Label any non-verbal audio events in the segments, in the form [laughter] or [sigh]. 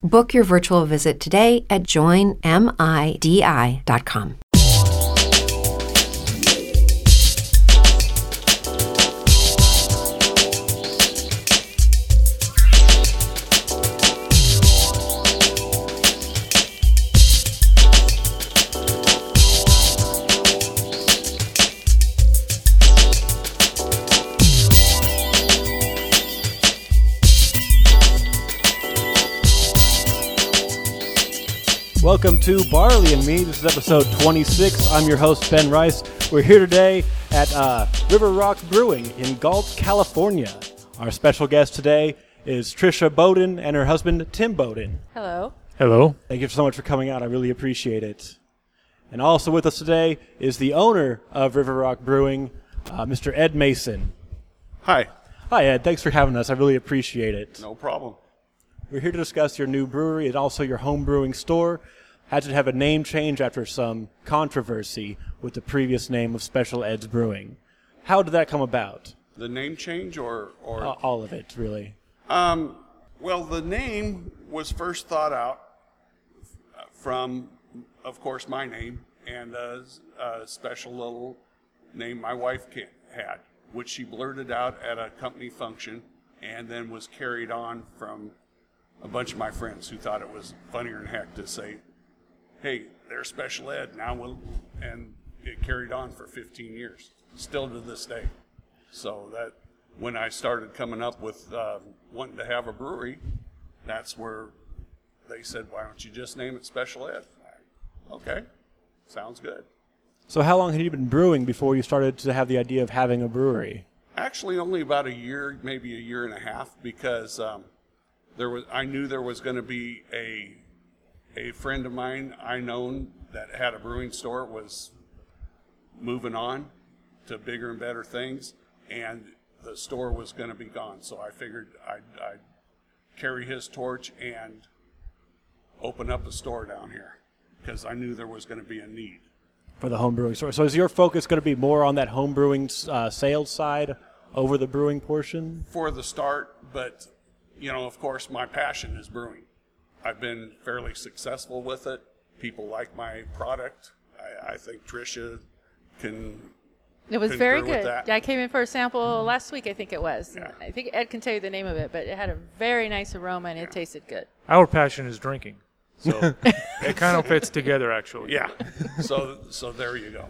Book your virtual visit today at joinmidi.com. Welcome to Barley and Me. This is episode 26. I'm your host, Ben Rice. We're here today at uh, River Rock Brewing in Galt, California. Our special guest today is Trisha Bowden and her husband, Tim Bowden. Hello. Hello. Thank you so much for coming out. I really appreciate it. And also with us today is the owner of River Rock Brewing, uh, Mr. Ed Mason. Hi. Hi, Ed. Thanks for having us. I really appreciate it. No problem. We're here to discuss your new brewery and also your home brewing store. Had to have a name change after some controversy with the previous name of Special Ed's Brewing. How did that come about? The name change or or A- All of it, really. um well the name was first thought out uh, from of course my name and a, a special little name my wife ca- had which she blurted out at a company function and then was carried on from a bunch of my friends who thought it was funnier than heck to say hey they're special ed now we'll and it carried on for 15 years still to this day so that when I started coming up with uh, wanting to have a brewery, that's where they said, "Why don't you just name it Special Ed?" I, okay, sounds good. So, how long had you been brewing before you started to have the idea of having a brewery? Actually, only about a year, maybe a year and a half, because um, there was I knew there was going to be a a friend of mine I known that had a brewing store was moving on to bigger and better things, and the store was going to be gone. So I figured I'd, I'd carry his torch and open up a store down here because I knew there was going to be a need. for the home brewing store. So is your focus going to be more on that home brewing uh, sales side over the brewing portion? for the start, but you know, of course, my passion is brewing. I've been fairly successful with it. People like my product. I, I think Trisha can. It was Couldn't very agree with good. that. Mm-hmm. Yeah, I came in for a sample last week, I think it was. Yeah. I think Ed can tell you the name of it, but it had a very nice aroma and it tasted good. Mm-hmm. Our passion is drinking. So it kind of fits together, actually. Yeah. so so there you go.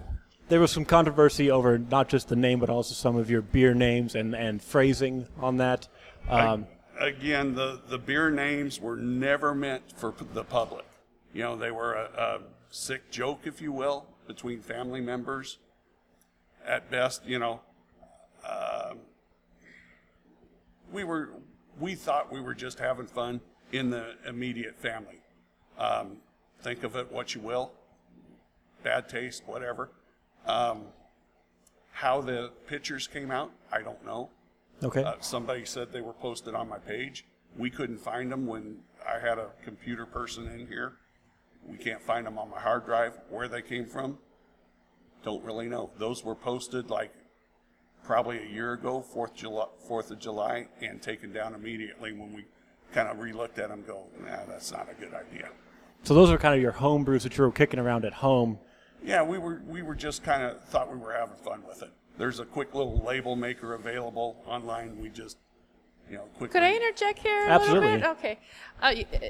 There was some controversy over not just the name, but also some of your beer names and, and phrasing on that. Um, Again, the the beer names were never meant for p- the public. You know, they were a, a sick joke, if you will, between family members. At best, you know, um, we were we thought we were just having fun in the immediate family. Um, think of it what you will, bad taste, whatever. Um, how the pictures came out, I don't know. okay. Uh, somebody said they were posted on my page. We couldn't find them when I had a computer person in here. We can't find them on my hard drive, where they came from. Don't really know. Those were posted like probably a year ago, Fourth July, Fourth of July, and taken down immediately when we kind of relooked at them. Go, nah, that's not a good idea. So those are kind of your home brews that you were kicking around at home. Yeah, we were we were just kind of thought we were having fun with it. There's a quick little label maker available online. We just you know quickly. Could I interject here a Absolutely. little bit? Okay. Uh, y- uh,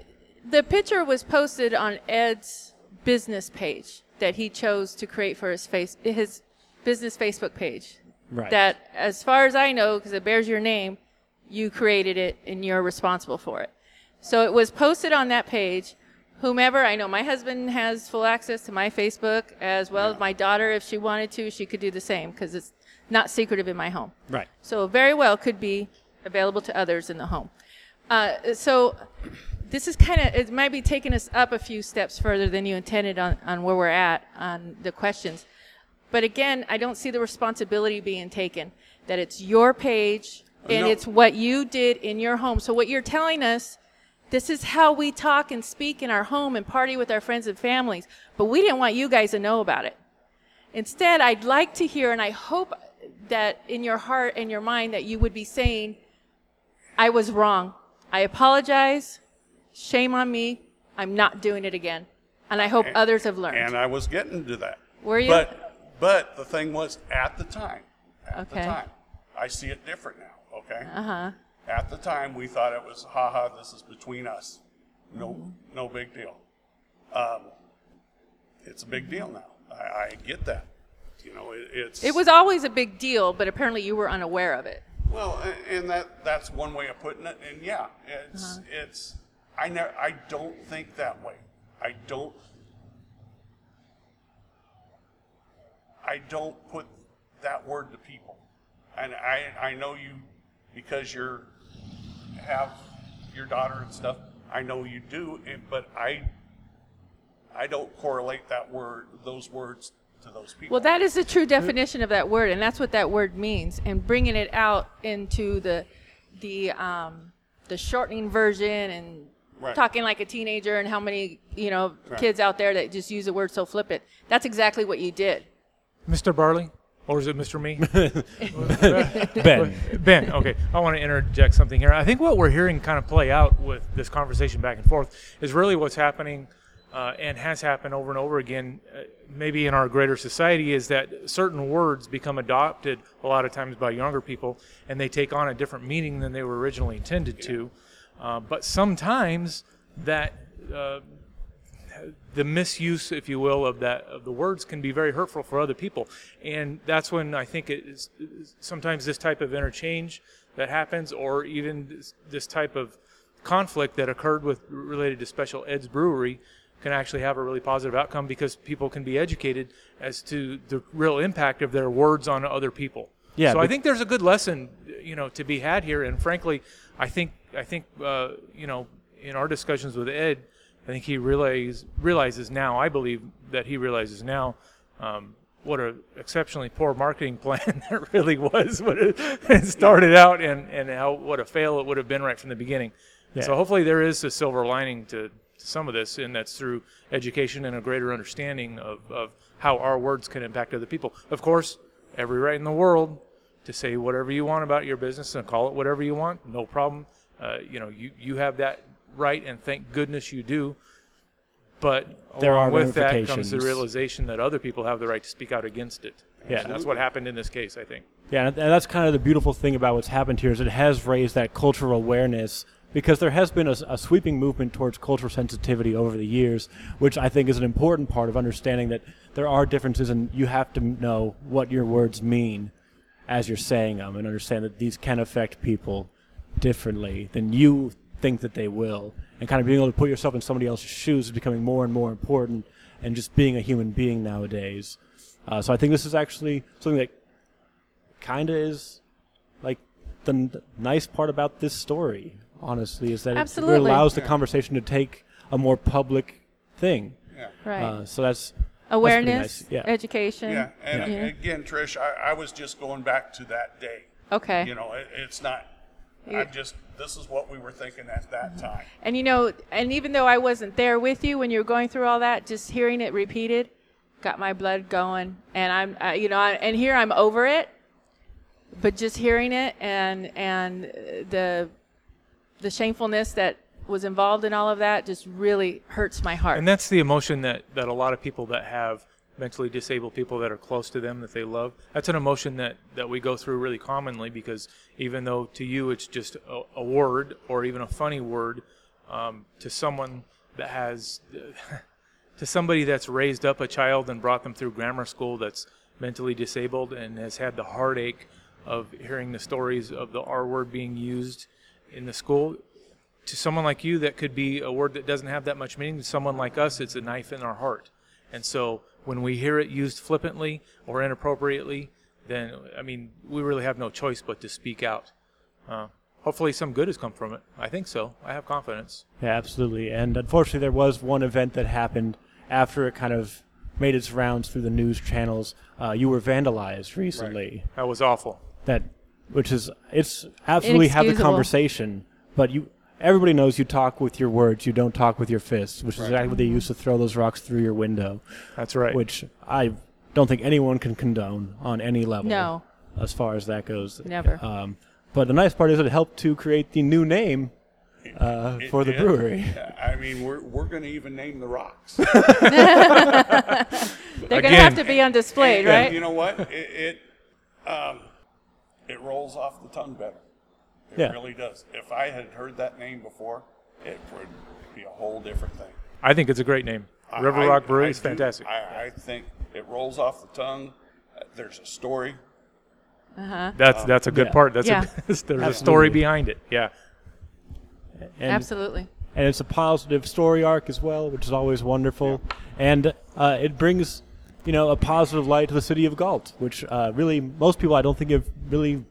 the picture was posted on Ed's business page that he chose to create for his face his business Facebook page. Right. That, as far as I know, because it bears your name, you created it and you're responsible for it. So it was posted on that page. Whomever I know, my husband has full access to my Facebook as well as my daughter. If she wanted to, she could do the same because it's not secretive in my home Right. so very well could be available to others in the home. Uh, so this is kind of it might be taking us up a few steps further than you intended on, on where we're at on the questions. But again, I don't see the responsibility being taken that it's your page and No. it's what you did in your home. So what you're telling us, this is how we talk and speak in our home and party with our friends and families. But we didn't want you guys to know about it. Instead, I'd like to hear, and I hope that in your heart and your mind that you would be saying, I was wrong. I apologize. Shame on me. I'm not doing it again. And I hope others have learned. And I was getting to that. Were you? But but the thing was at the time. At the Okay. time. I see it different now, okay? Uh-huh. At the time we thought it was haha, this is between us. No no big deal. Um, it's a big deal now. I, I get that. You know, it, it's it was always a big deal, but apparently you were unaware of it. well, a- and that that's one way of putting it. And yeah, it's Uh-huh. it's I never I don't think that way. I don't I don't put that word to people. And I I know you because you're have your daughter and stuff. I know you do, and, but I I don't correlate that word those words to those people. Well, that is the true definition of that word, and that's what that word means. And bringing it out into the the um, the shortening version and Right. talking like a teenager, and how many you know Right. kids out there that just use the word so flippant. That's exactly what you did. Mr. Barley, or is it Mr. Me? Ben. Ben, okay, I want to interject something here. I think what we're hearing kind of play out with this conversation back and forth is really what's happening uh, and has happened over and over again, uh, maybe in our greater society, is that certain words become adopted a lot of times by younger people and they take on a different meaning than they were originally intended to. Uh, but sometimes that uh, the misuse, if you will, of that of the words can be very hurtful for other people, and that's when I think it is sometimes this type of interchange that happens, or even this, this type of conflict that occurred with related to Special Ed's Brewery, can actually have a really positive outcome because people can be educated as to the real impact of their words on other people. Yeah, So I but- think there's a good lesson, you know, to be had here, and frankly, I think I think uh, you know in our discussions with Ed. I think he realize, realizes now. I believe that he realizes now um, what an exceptionally poor marketing [laughs] plan that really was when it, it started out, and and how what a fail it would have been right from the beginning. So hopefully there is a silver lining to some of this, and that's through education and a greater understanding of, of how our words can impact other people. Of course, every right in the world to say whatever you want about your business and call it whatever you want, no problem. Uh, you know, you, you have that right, and thank goodness you do. But There along are with that comes the ramifications. realization that other people have the right to speak out against it. Yeah. that's what happened in this case, I think. Yeah, and and that's kind of the beautiful thing about what's happened here is it has raised that cultural awareness because there has been a, s- a sweeping movement towards cultural sensitivity over the years, which I think is an important part of understanding that there are differences and you have to m- know what your words mean as you're saying them and understand that these can affect people differently than you think that they will. And kind of being able to put yourself in somebody else's shoes is becoming more and more important and just being a human being nowadays. Uh, so I think this is actually something that kind of is like the n- nice part about this story honestly is that it Absolutely. allows the conversation to take a more public thing Right. uh, so that's Awareness, that's pretty nice. yeah education. yeah, and Yeah. again, Trish, I, I was just going back to that day. Okay. You know, it, it's not. I just this is what we were thinking at that Mm-hmm. time. And you know, and even though I wasn't there with you when you were going through all that, just hearing it repeated, got my blood going, and I'm, I, you know, I, and here I'm over it, but just hearing it and and the the shamefulness that was involved in all of that just really hurts my heart. And that's the emotion that, that a lot of people that have mentally disabled people that are close to them that they love, that's an emotion that, that we go through really commonly because even though to you it's just a, a word or even a funny word, um, to someone that has, [laughs] to somebody that's raised up a child and brought them through grammar school that's mentally disabled and has had the heartache of hearing the stories of the R word being used in the school, to someone like you that could be a word that doesn't have that much meaning to someone like us it's a knife in our heart and so when we hear it used flippantly or inappropriately then i mean we really have no choice but to speak out uh, hopefully some good has come from it i think so i have confidence Yeah, absolutely. And unfortunately, there was one event that happened after it kind of made its rounds through the news channels. Uh, you were vandalized recently. that was awful That, which is, it's absolutely have the Inexcusable. conversation, but you. Everybody knows you talk with your words, you don't talk with your fists, which is exactly what they used to throw those rocks through your window, that's right which I don't think anyone can condone on any level. No. As far as that goes. Never. Um, but the nice part is it helped to create the new name uh, It for the did. brewery. I mean, we're, we're going to even name the rocks. They're going to Again. have to be on [laughs] display, And right? You know what? It it, um, it rolls off the tongue better. It Yeah. really does. If I had heard that name before, it would be a whole different thing. i think it's a great name I- river I- rock brewery I is do- fantastic I, I think it rolls off the tongue. Uh, There's a story. that's that's a good Yeah. part that's Yeah. a, [laughs] there's a story Absolutely. behind it yeah And Absolutely. and it's a positive story arc as well, which is always wonderful. And uh, it brings, you know, a positive light to the city of Galt, which uh, really most people I don't think have really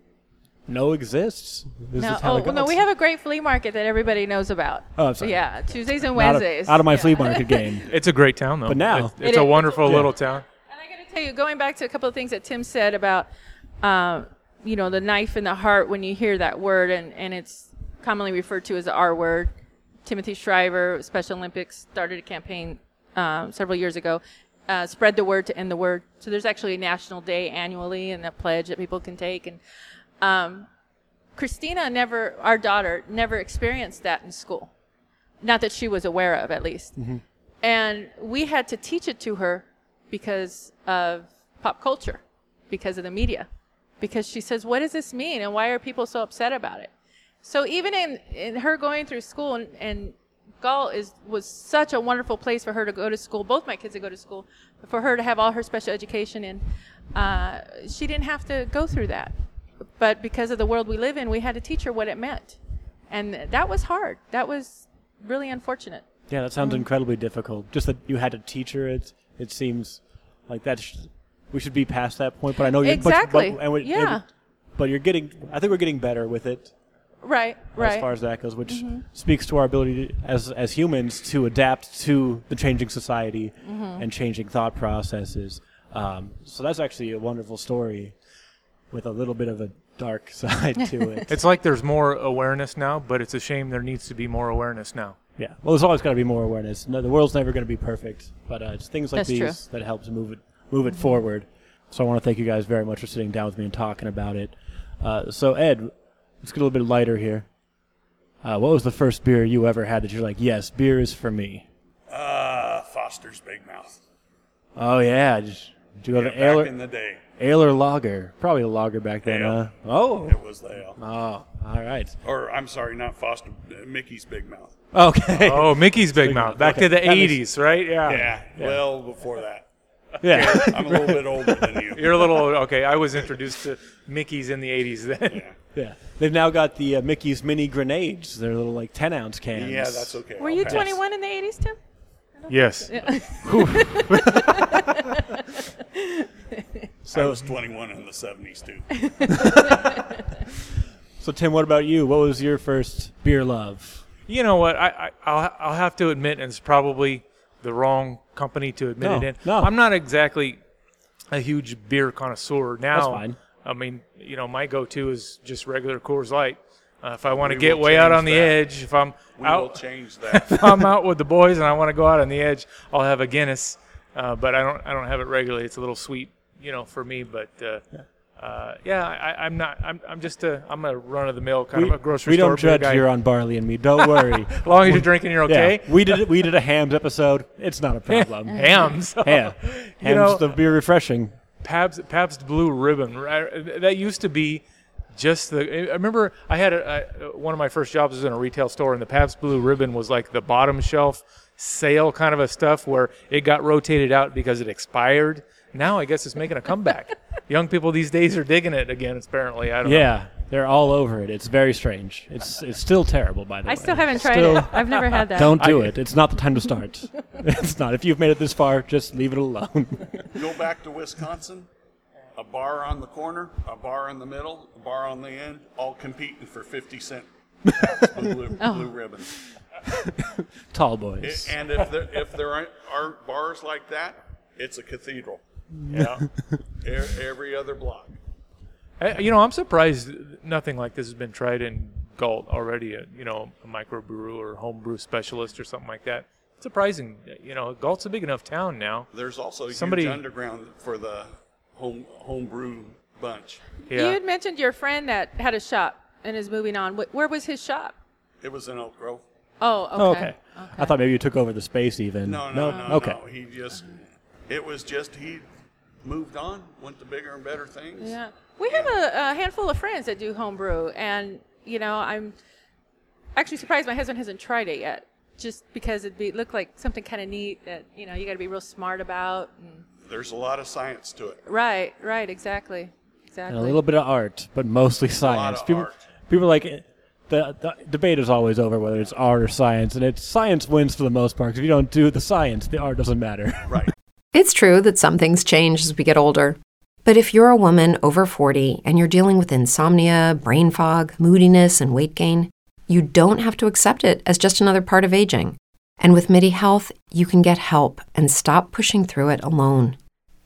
know exists. This No, is how oh, it well, no, goes. we have a great flea market that everybody knows about. Oh, I'm sorry. Yeah, Tuesdays and Out of- Wednesdays. out of my yeah. flea [laughs] market game. it's a great town though But now- it's, It it's a is. wonderful Yeah. little town And I got to tell you, going back to a couple of things that Tim said about, um, you know, the knife in the heart when you hear that word, and, and it's commonly referred to as the R word. Timothy Shriver, Special Olympics, started a campaign um, several years ago, uh, spread the word to end the word. So there's actually a national day annually and a pledge that people can take. And um, Christina never, our daughter, never experienced that in school. Not that she was aware of, at least and we had to teach it to her because of pop culture, because of the media, because she says, "What does this mean? And why are people so upset about it?" So even in in her going through school and, and Gaul is was such a wonderful place for her to go to school. Both my kids to go to school, but for her to have all her special education and uh, she didn't have to go through that. But because of the world we live in, we had to teach her what it meant, and that was hard. That was really unfortunate. Yeah, that sounds incredibly difficult. Just that you had to teach her it. It seems like that. Sh- we should be past that point, but I know you're but- Exactly. But, and we- Yeah. and- but you're getting. I think we're getting better with it. Right, right. as far as that goes, which speaks to our ability to, as as humans to adapt to the changing society and changing thought processes. Um, so that's actually a wonderful story with a little bit of a dark [laughs] side to it. It's like there's more awareness now, but it's a shame there needs to be more awareness now. yeah. Well, there's always got to be more awareness. No, the world's never going to be perfect, but uh, it's things like That's these true. that helps move it move it forward. So I want to thank you guys very much for sitting down with me and talking about it. Uh, so Ed, let's get a little bit lighter here. Uh, what was the first beer you ever had that you're like, yes, beer is for me? Uh, Foster's Big Mouth. Oh yeah, just do you have Yeah, an back ale or, in the day, ale or lager? Probably a lager back then. Ale. Huh? Oh. it was the ale. Oh, all right. Or I'm sorry, not Foster, uh, Mickey's Big Mouth. Okay. [laughs] Oh, Mickey's Big Mouth. Back to the That makes- 80s, right? Yeah. Yeah, well before that. yeah. I'm a little bit older than you. You're a little, okay, I was introduced to Mickey's in the 80s then. yeah. yeah. They've now got the uh, Mickey's mini grenades. They're little like ten ounce cans. [laughs] yeah, that's okay. Were I'll you pass. 21 in the 80s, Tim? Yes. I So, was 21 in the 70s too. so Tim, what about you? What was your first beer love? You know what? I, I, I'll, I'll have to admit, and it's probably the wrong company to admit No, it in. no. I'm not exactly a huge beer connoisseur now. fine. I mean, you know, my go-to is just regular Coors Light. Uh, if I want to We get will way out change on the that. edge, if I'm We will out, change that. I'm out with the boys and I want to go out on the edge, I'll have a Guinness uh, but I don't I don't have it regulated. It's a little sweet, you know, for me. But uh, yeah, uh, yeah I, I'm not. I'm, I'm just a I'm a run of the mill kind we, of a grocery we store don't beer judge guy. here on Barley and Me. Don't worry. As long as you're drinking, you're okay. Yeah, we did we did a hams episode. It's not a problem. [laughs] Hams. yeah, hams You know- the beer refreshing. Pabst, Pabst Blue Ribbon. right? That used to be just the. I remember I had a, I, one of my first jobs was in a retail store, and the Pabst Blue Ribbon was like the bottom shelf sale kind of a stuff where it got rotated out because it expired. Now I guess it's making a comeback. Young people these days are digging it again. Apparently, I don't know. Yeah, they're all over it. It's very strange. It's it's still terrible by the way. I still haven't tried Still- it. I've never had that. [laughs] Don't do it. It's not the time to start. [laughs] it's not. If you've made it this far, just leave it alone. [laughs] Go back to Wisconsin. A bar on the corner, a bar in the middle, a bar on the end, all competing for 50 cent blue, [laughs] Oh. blue ribbon. Tall boys. And if there, if there aren't, are bars like that, it's a cathedral. Yeah. E- Every other block. I, you know, I'm surprised nothing like this has been tried in Galt already. A, you know, a microbrew or homebrew specialist or something like that. Surprising. You know, Galt's a big enough town now. There's also a Somebody- huge underground for the home homebrew bunch. Yeah. You had mentioned your friend that had a shop and is moving on. Wh- Where was his shop? It was in Oak Grove. Oh, okay. Oh, okay. I thought maybe you took over the space even. No, no, no, okay. no. He just, it was just he moved on, went to bigger and better things. Yeah, we have a, a handful of friends that do homebrew, and you know, I'm actually surprised my husband hasn't tried it yet, just because it'd be look like something kind of neat that you know you got to be real smart about. And, There's a lot of science to it. right, right, exactly, exactly. And a little bit of art, but mostly science. of people, art. people like eh, the, the debate is always over whether it's art or science, and it's science wins for the most part. 'cause if you don't do the science, the art doesn't matter. [laughs] Right. It's true that some things change as we get older. But if you're a woman over 40 and you're dealing with insomnia, brain fog, moodiness, and weight gain, you don't have to accept it as just another part of aging. And with MIDI Health, you can get help and stop pushing through it alone.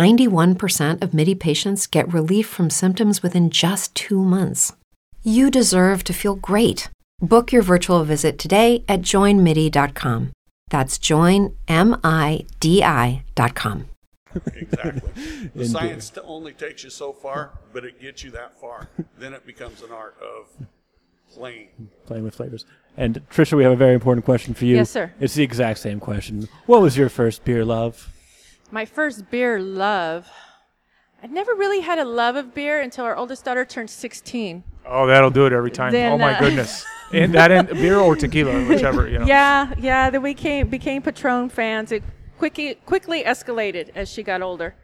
91% of MIDI patients get relief from symptoms within just two months. You deserve to feel great. Book your virtual visit today at joinmidi.com. That's joinmidi.com. [laughs] Exactly. The Indeed. science t- only takes you so far, but it gets you that far. then it becomes an art of playing. Playing with flavors. And Trisha, we have a very important question for you. Yes, sir. It's the exact same question. What was your first beer love? My first beer love. I never really had a love of beer until our oldest daughter turned 16. Oh, that'll do it every time. Then, oh my uh, [laughs] goodness, and that and beer or tequila, whichever you know. Yeah, yeah. Then we came, became Patron fans. It quickly quickly escalated as she got older.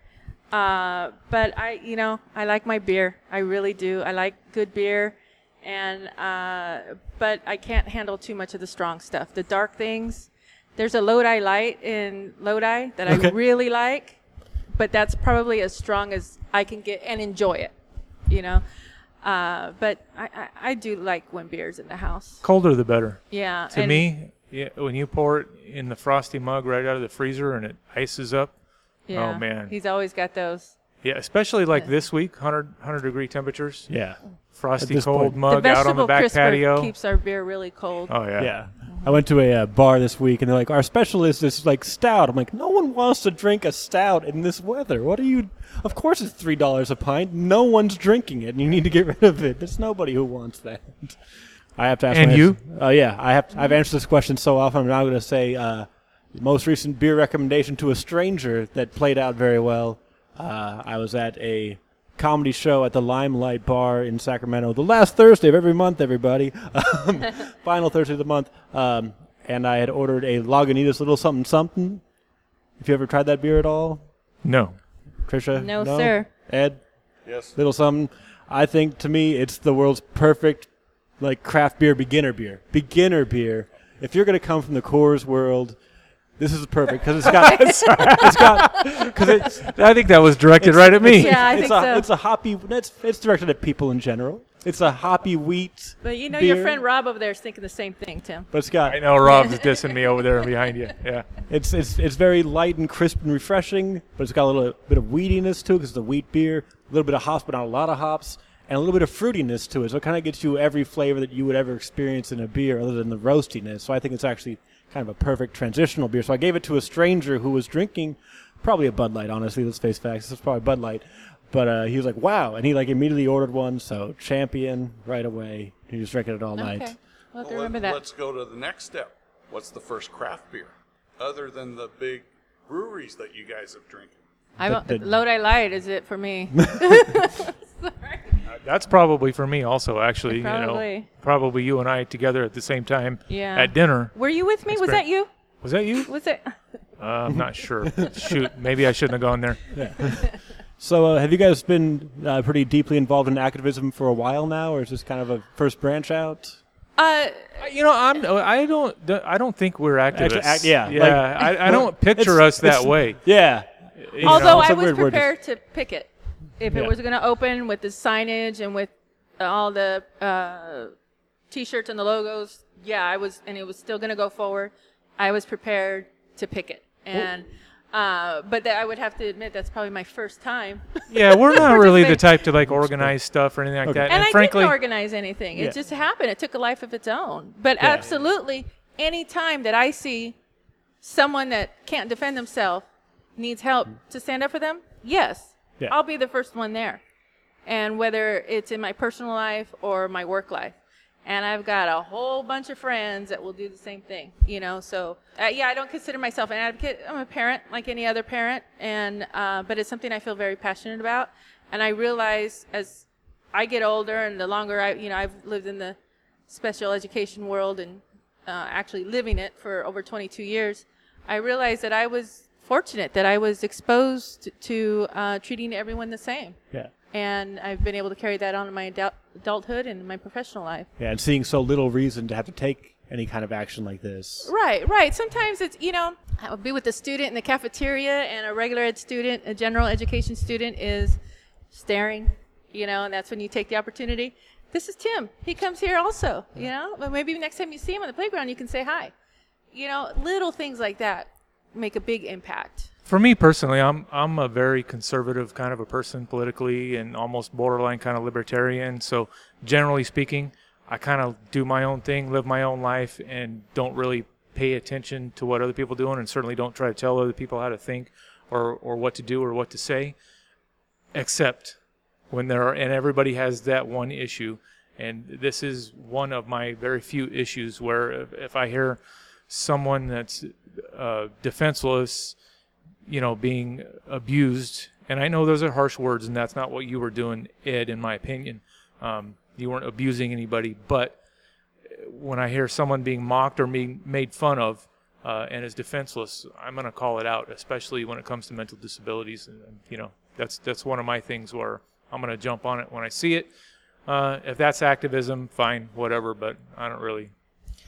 Uh, but I, you know, I like my beer. I really do. I like good beer, and uh, but I can't handle too much of the strong stuff. The dark things. There's a Lodi Light in Lodi that I Okay. really like, but that's probably as strong as I can get and enjoy it. You know. Uh, but I, I, I do like when beer's in the house. Colder the better. Yeah. To and- me, yeah, when you pour it in the frosty mug right out of the freezer and it ices up. Yeah. Oh man. he's always got those. yeah, especially like this week, 100, 100 degree temperatures, Yeah. frosty this cold point- The mug the out vegetable on the back crisper patio. keeps our beer really cold. oh yeah. Yeah. I went to a uh, bar this week and they're like, our specialist is like stout. I'm like, no one wants to drink a stout in this weather. What are you? Of course it's $3 a pint. No one's drinking it and you need to get rid of it. There's nobody who wants that. I have to ask. And my- you? Oh, yeah. I have, I've answered this question so often. I'm now going to say uh, most recent beer recommendation to a stranger that played out very well. Uh, I was at a comedy show at the Limelight Bar in Sacramento the last Thursday of every month, everybody. [laughs] Um, final Thursday of the month. Um, and I had ordered a Lagunitas Little Something Something. If you ever tried that beer at all, No. Trisha? No, sir. Ed? Yes. little something. I think to me, it's the world's perfect like craft beer beginner beer. Beginner beer. If you're gonna come from the Coors world, This is perfect because it's got it's got because it's I think that was directed right at [laughs] me. Yeah, I it's think a so. it's a hoppy it's it's directed at people in general. It's a hoppy wheat. But you know, beer, your friend Rob over there is thinking the same thing, Tim. But it's got [laughs] I [laughs] know Rob's dissing me over there behind you. Yeah. It's it's it's very light and crisp and refreshing, but it's got a little bit of weediness to it because it's a wheat beer. A little bit of hops, but not a lot of hops, and a little bit of fruitiness to it. So it kind of gets you every flavor that you would ever experience in a beer, other than the roastiness. So I think it's actually kind of a perfect transitional beer. So I gave it to a stranger who was drinking probably a Bud Light. Honestly, let's face facts. This is probably Bud Light. But uh, he was like, "Wow!" and he like immediately ordered one. So champion right away. He was drinking it all night. Okay. We'll have to Well, remember let- that. Let's go to the next step. What's the first craft beer other than the big breweries that you guys have drinking? I won't, the- Lodi Light is it for [laughs] me. That's probably for me also, actually. You know, Probably. probably you and I together at the same time Yeah. at dinner. Were you with me? Was great. that you? Was that you? Was it? Uh, I'm not sure. Shoot, maybe I shouldn't have gone there. So, uh, have you guys been uh, pretty deeply involved in activism for a while now, or is this kind of a first branch out? Uh, You know, I'm. I don't. I don't think we're activists. Actu- act- yeah, Yeah. like- I, I [laughs] don't picture It's- us that it's- way. Yeah, you know? although it's I a was weird word to- prepared to pick it if Yeah. it was going to open with the signage and with all the uh, t-shirts and the logos. Yeah, I was, and it was still going to go forward. I was prepared to pick it, and uh, but that I would have to admit that's probably my first [laughs] time. Yeah, we're not really the Participate. type to like organize stuff or anything like that. and, I frankly, didn't organize anything. It Yeah. just happened. It took a life of its own. But absolutely, any time that I see someone that can't defend themselves needs help to stand up for them, yes, Yeah. I'll be the first one there. And whether it's in my personal life or my work life. And I've got a whole bunch of friends that will do the same thing, you know. So uh, yeah, I don't consider myself an advocate. I'm a parent, like any other parent, and uh, but it's something I feel very passionate about. And I realize as I get older and the longer I, you know, I've lived in the special education world and uh, actually living it for over 22 years, I realized that I was fortunate that I was exposed to uh, treating everyone the same. yeah, And I've been able to carry that on in my adult- adulthood and my professional life. yeah. And seeing so little reason to have to take any kind of action like this. Right, right. Sometimes it's, you know, I would be with a student in the cafeteria and a regular ed student, a general education student is staring, you know, and that's when you take the opportunity. This is Tim. He comes here also, you know, but maybe next time you see him on the playground, you can say hi. You know, little things like that make a big impact. for me personally, I'm I'm a very conservative kind of a person politically and almost borderline kind of libertarian. So generally speaking, I kind of do my own thing, live my own life, and don't really pay attention to what other people doing, and certainly don't try to tell other people how to think or or what to do or what to say, except when there are and everybody has that one issue. And this is one of my very few issues where if, if I hear someone that's uh, defenseless you know, being abused. And I know those are harsh words, and that's not what you were doing, Ed, in my opinion. Um, you weren't abusing anybody. But uh, when I hear someone being mocked or being made fun of uh, and is defenseless, I'm going to call it out, especially when it comes to mental disabilities. And, and, you know, that's, that's one of my things where I'm going to jump on it when I see it. Uh, if that's activism, fine, whatever. But I don't really.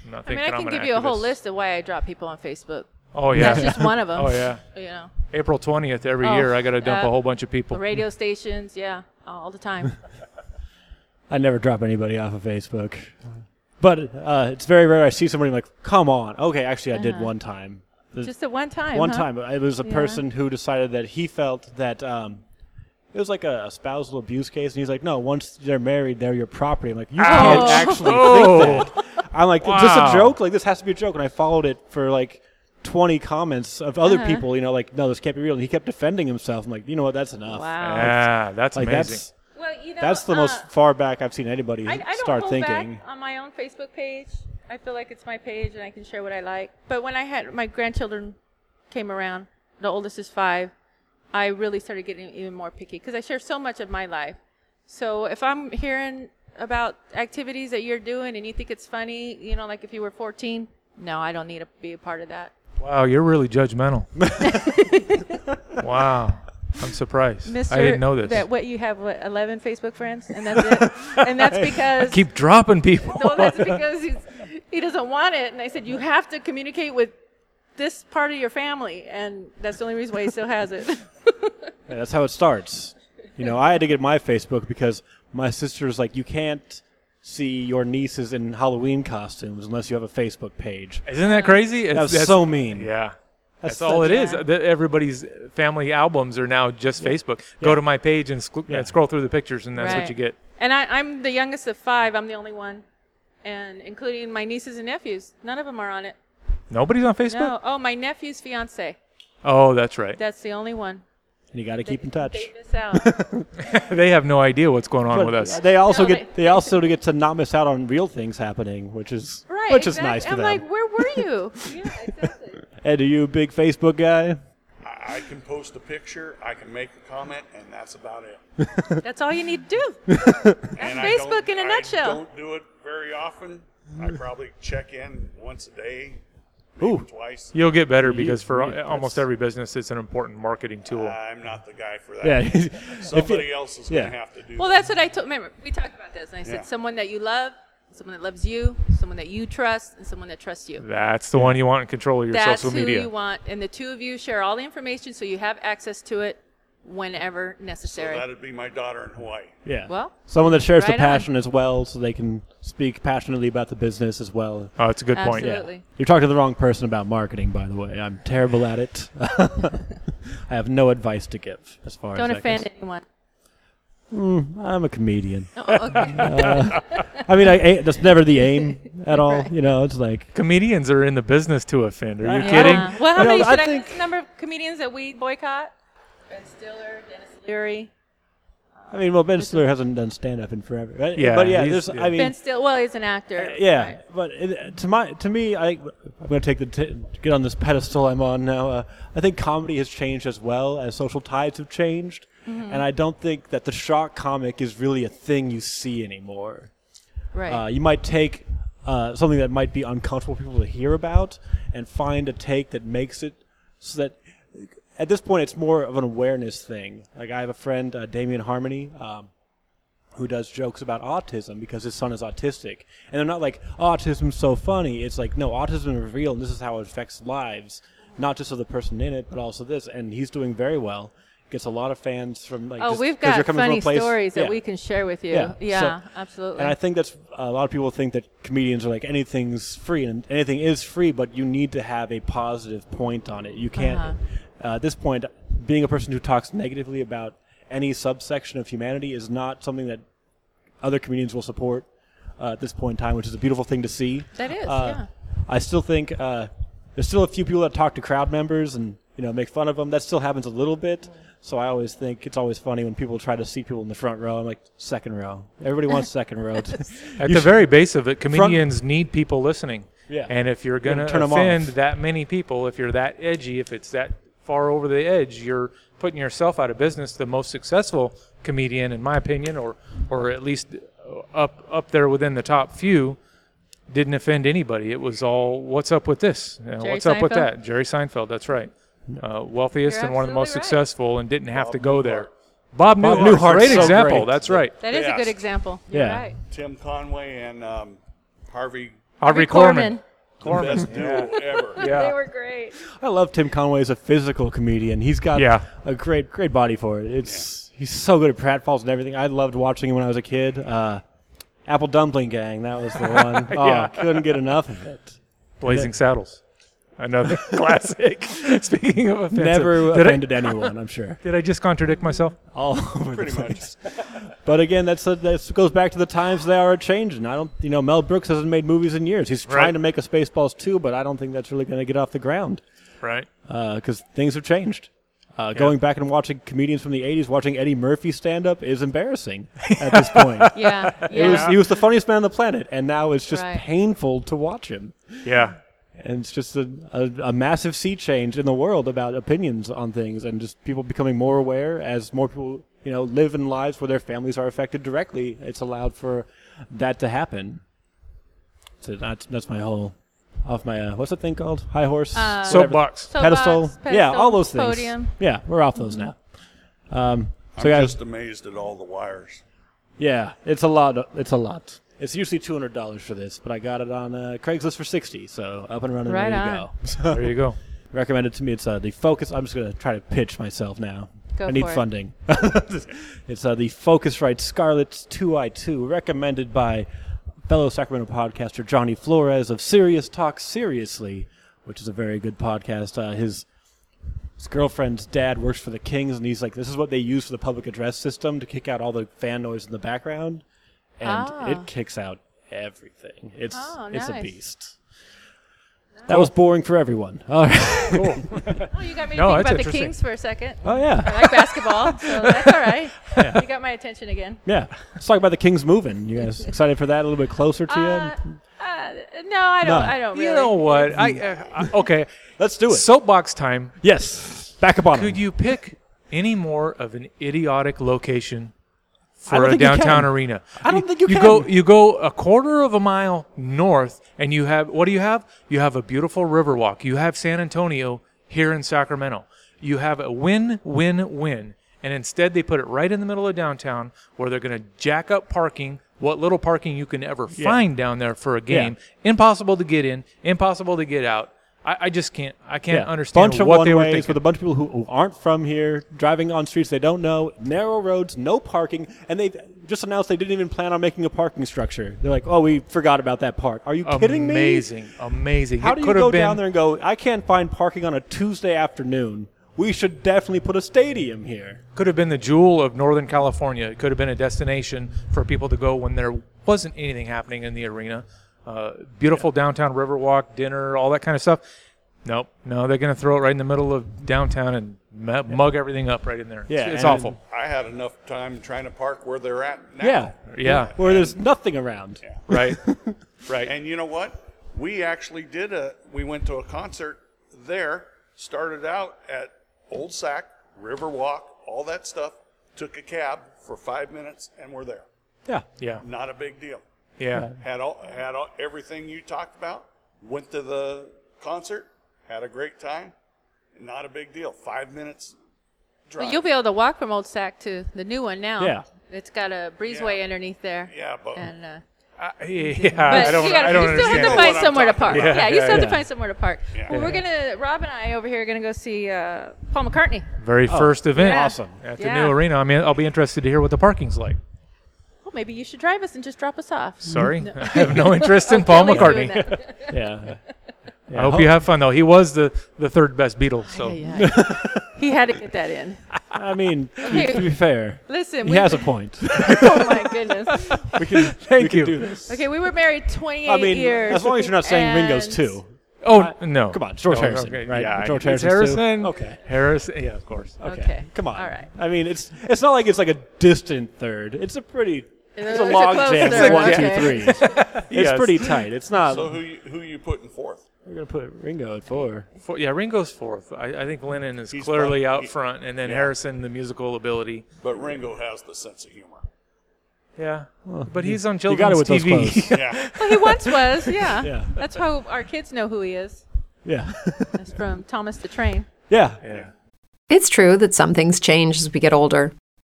I'm not I mean, thinking I I'm can an give you a whole activist. list of why I drop people on Facebook. Oh yeah. That's just one of them. Oh yeah. You know, April 20th every Oh, year, I got to dump uh, a whole bunch of people. the radio stations, yeah, all the time. I never drop anybody off of Facebook, but uh, it's very rare I see somebody like, "Come on, okay." Actually, I did one time. There's- just at one time. One huh? time, it was a person who decided that he felt that um, it was like a, a spousal abuse case, and he's like, "No, once they're married, they're your property." I'm like, "You can't Ouch. actually Oh. think [laughs] that." I'm like, "Just Wow. a joke? Like this has to be a joke?" And I followed it for like 20 comments of other Uh-huh. people, you know, like, "No, this can't be real." And he kept defending himself. I'm like, "You know what? That's enough." Wow. Yeah, that's Like amazing. that's Well, you know, that's the uh, most far back I've seen anybody I, I don't start hold thinking. back on my own Facebook page. I feel like it's my page and I can share what I like. But when I had my grandchildren came around, the oldest is five, I really started getting even more picky because I share so much of my life. So if I'm hearing about activities that you're doing and you think it's funny, you know, like if you were 14, no, I don't need to be a part of that. wow, you're really [laughs] judgmental. wow, I'm surprised. I didn't know this. That what you have what 11 Facebook friends and that's [laughs] it. and that's because Keep [laughs] dropping people. [laughs] No, that's because he's, he doesn't want it. And I said, you have to communicate with this part of your family, and that's the only reason why he still has it. [laughs] Yeah, that's how it starts. You know, I had to get my Facebook because my sister's like, you can't see your nieces in Halloween costumes unless you have a Facebook page. Isn't that crazy? It's, That was so mean. Yeah. That's, That's- all it is. Yeah. The- Everybody's family albums are now just Facebook. Go to my page and, sc- Yeah. and scroll through the pictures, and that's Right. what you get. And I, I'm the youngest of five. I'm the only one, and including my nieces and nephews. None of them are on it. Nobody's on Facebook? No. Oh, my nephew's fiance. Oh, that's right. That's the only one. And you got to keep in touch. They miss out. they have no idea what's going on But with us. They also No, get they also get to not miss out on real things happening, which is [laughs] Right. which is exactly. nice for I'm them. like, where were [laughs] you? yeah, exactly. Ed, are you a big Facebook guy? [laughs] I, I can post a picture, I can make a comment, and that's about it. That's all you need to [laughs] do. and Facebook in a a nutshell. I don't do it very often. I probably check in once a day, maybe Ooh, twice. You'll get better because for yeah, al- almost that's- every business, it's an important marketing tool. I'm not the guy for that. yeah. if you- Somebody else is yeah. going to have to do Well, that. that's what I told. Remember, we talked about this, and I said Yeah. someone that you love, someone that loves you, someone that you trust, and someone that trusts you. That's the one you want in control of your That's social who media. you want, and the two of you share all the information so you have access to it whenever necessary. That'd be my daughter in Hawaii. Yeah. Well, someone that shares the right on. passion as well, so they can speak passionately about the business as well. Oh, that's a good point. Absolutely. You're talking to the wrong person about marketing, by the way. I'm terrible at it. [laughs] I have no advice to give as far Don't as that goes. offend anyone. I'm a comedian. Uh, [laughs] Oh, okay. I mean, I, I- that's never the aim at all. You know, it's like Comedians are in the business to offend. Are you Yeah. kidding? Yeah. Uh, Well, how You know, many I should I, think- what's the number of comedians that we boycott? Ben Stiller, Dennis Leary. I mean, well, Ben Stiller hasn't done stand up in forever. Right? Yeah, but yeah, he's- there's, I mean, Ben Stiller, well, he's an actor. Uh, yeah, Right. but it, to my to me, I I'm gonna take the t- get on this pedestal I'm on now. Uh, I think comedy has changed as well as social tides have changed, Mm-hmm. and I don't think that the shock comic is really a thing you see anymore. Right. Uh, you might take uh, something that might be uncomfortable for people to hear about and find a take that makes it so that at this point it's more of an awareness thing. Like I have a friend, uh, Damien Harmony, um, who does jokes about autism because his son is autistic. And they're not like, autism's so funny. It's like, no, autism is real and this is how it affects lives, not just of the person in it, but also this. And he's doing very well. Gets a lot of fans from like oh, just we've 'cause you're coming got from a funny place- stories that yeah. we can share with you. Yeah, Yeah, so- absolutely. And I think that's a lot of people think that comedians are like anything's free and anything is free, but you need to have a positive point on it. You can't. Uh-huh. uh at this point, being a person who talks negatively about any subsection of humanity is not something that other comedians will support uh, at this point in time, which is a beautiful thing to see. That is, Uh, yeah. I still think uh, there's still a few people that talk to crowd members and you know make fun of them. That still happens a little bit. So I always think it's always funny when people try to see people in the front row. I'm like second row. Everybody wants second [laughs] row. [laughs] At the very base of it, comedians need people listening. Yeah. And if you're Gotta going to turn 'em off. offend that many people, if you're that edgy, if it's that far over the edge, you're putting yourself out of business. The most successful comedian, in my opinion, or or at least uh, up up there within the top few, didn't offend anybody. It was all, what's up with this? You know, Jerry what's up with Seinfeld? that? Jerry Seinfeld. That's right. Mm-hmm. Uh, wealthiest You're and one of the most absolutely right. successful, and didn't have to go there. Bob, Bob Newhart's Newhart's great so example. great. That's right. that is a good Yes. example. You're Yeah. right. Tim Conway and um, Harvey, Harvey Korman. Korman. best duo ever. Yeah. They were great. I love Tim Conway as a physical comedian. He's got Yeah. a great great body for it. It's he's so good at pratfalls and everything. I loved watching him when I was a kid. Uh, Apple Dumpling Gang, that was the [laughs] one. Oh, couldn't get enough of it. Blazing Saddles, [laughs] another classic. Speaking of offensive, Never did I, offended anyone, I'm sure. did I just contradict myself? All [laughs] over Pretty the place. much. But again, that's a, that's goes back to the times they are changing. I don't, you know, Mel Brooks hasn't made movies in years. He's Right. trying to make a Spaceballs too, but I don't think that's really going to get off the ground Right. because things have changed. Uh, Going back and watching comedians from the '80s, watching Eddie Murphy stand up is embarrassing at this point. Yeah. [laughs] It was, yeah. he was the funniest man on the planet, and now it's just Right. painful to watch him. Yeah. And it's just a, a, a massive sea change in the world about opinions on things and just people becoming more aware as more people, you know, live in lives where their families are affected directly. It's allowed for that to happen. So that's, that's my whole, off my, uh, what's that thing called? High horse? Uh, whatever. Soapbox. pedestal. Soapbox, Yeah, all pedestal, those things. Podium. Mm-hmm. Yeah, we're off those now. Um, so I'm guys, just amazed at all the wires. yeah, it's a lot. It's a lot. It's usually two hundred dollars for this, but I got it on uh, Craigslist for sixty. So up and running, Right ready on. to go. There you go. recommended to me. It's uh, the Focus. I'm just gonna try to pitch myself now. Go I need for it. funding. [laughs] it's uh, the Focusrite Scarlet 2i2, recommended by fellow Sacramento podcaster Johnny Flores of Serious Talk Seriously, which is a very good podcast. Uh, his his girlfriend's dad works for the Kings, and he's like, "This is what they use for the public address system to kick out all the fan noise in the background," and Ah. it kicks out everything. It's Oh, it's a nice. beast. That was boring for everyone. All right. Oh, you got me to No, think that's about the interesting. Kings for a second. Oh yeah, I like basketball, [laughs] so that's all right. You got my attention again. yeah. Let's talk about the Kings moving. You [laughs] guys excited for that? A little bit closer to you. Uh, no, I don't. No. I don't really. You know what? I, uh, I okay. Let's do it. Soapbox time. yes, back up on Could him. you pick any more of an idiotic location I don't for a think you downtown can. arena? I don't think you You go can. you go a quarter of a mile north and you have what do you have? You have a beautiful river walk. You have San Antonio here in Sacramento. You have a win win win. And instead they put it right in the middle of downtown where they're gonna jack up parking, what little parking you can ever find down there for a game. Impossible to get in, impossible to get out. I, I just can't I can't Yeah. understand bunch of what one they were ways thinking. with a bunch of people who, who aren't from here, driving on streets they don't know, narrow roads, no parking, and they just announced they didn't even plan on making a parking structure. They're like, "Oh, we forgot about that part." Are you kidding me? Amazing, amazing. How it do you could have go been, down there and go? I can't find parking on a Tuesday afternoon. We should definitely put a stadium here. Could have been the jewel of Northern California. It could have been a destination for people to go when there wasn't anything happening in the arena. Uh, beautiful downtown Riverwalk, dinner, all that kind of stuff. Nope, no, they're going to throw it right in the middle of downtown and mu- mug everything up right in there. Yeah, it's, it's and- awful. I had enough time trying to park where they're at now. Yeah, Yeah, where there's nothing around. [laughs] right, right. And you know what? We actually did a. We went to a concert there. Started out at Old Sac, Riverwalk, all that stuff. Took a cab for five minutes, and we're there. [laughs] Yeah. yeah, Not a big deal. yeah. Had all had all, everything you talked about. Went to the concert. Had a great time. Not a big deal. Five minutes. Drive. But you'll be able to walk from Old Sac to the new one now. Yeah. It's got a breezeway underneath there. yeah, but And, uh, I, yeah, but I don't, you, gotta, I don't you still understand. have to You know find what I'm somewhere to park. talking Yeah, about. you still have Yeah. to find somewhere to park. Yeah. Well, we're gonna Rob and I over here are gonna go see uh, Paul McCartney. Very first event, yeah. Awesome. at the Yeah. new arena. I mean, I'll be interested to hear what the parking's like. Well, Oh, maybe you should drive us and just drop us off. Sorry, [laughs] I have no [laughs] interest in Paul Billy's doing McCartney. that. Yeah. I hope you have fun though. He was the, the third best Beatle. So Yeah, yeah. he had to get that in. I mean, to be, to be fair, Listen, he we, has [laughs] a point. [laughs] oh my goodness. we can, Thank we you. Can do this. Okay, we were married 28 I mean, years. as long as you're not saying Ringo's and- too. oh no, Uh, Come on, George No, Harrison, okay, right? Yeah, George it's Harrison's too? Harrison. Okay. Harrison. Yeah, of course. Okay. Okay. Come on. All right. I mean, it's it's not like it's like a distant third. It's a pretty. It's a it's a log close jam. third, of One, two, okay. three. [laughs] It's Yes. pretty tight. It's not. so who you, who you putting forth? we're gonna put Ringo at four. Four- yeah, Ringo's fourth. I, I think Lennon is He's clearly front. out He- front, and then Harrison, the musical ability. But Ringo has the sense of humor. Yeah, but he's on You got it children's with those TV. clothes. [laughs] [laughs] Yeah. Well, he [laughs] once was, yeah. Yeah. That's how our kids know who he is. Yeah. [laughs] That's from Thomas the Train. yeah. yeah. It's true that some things change as we get older.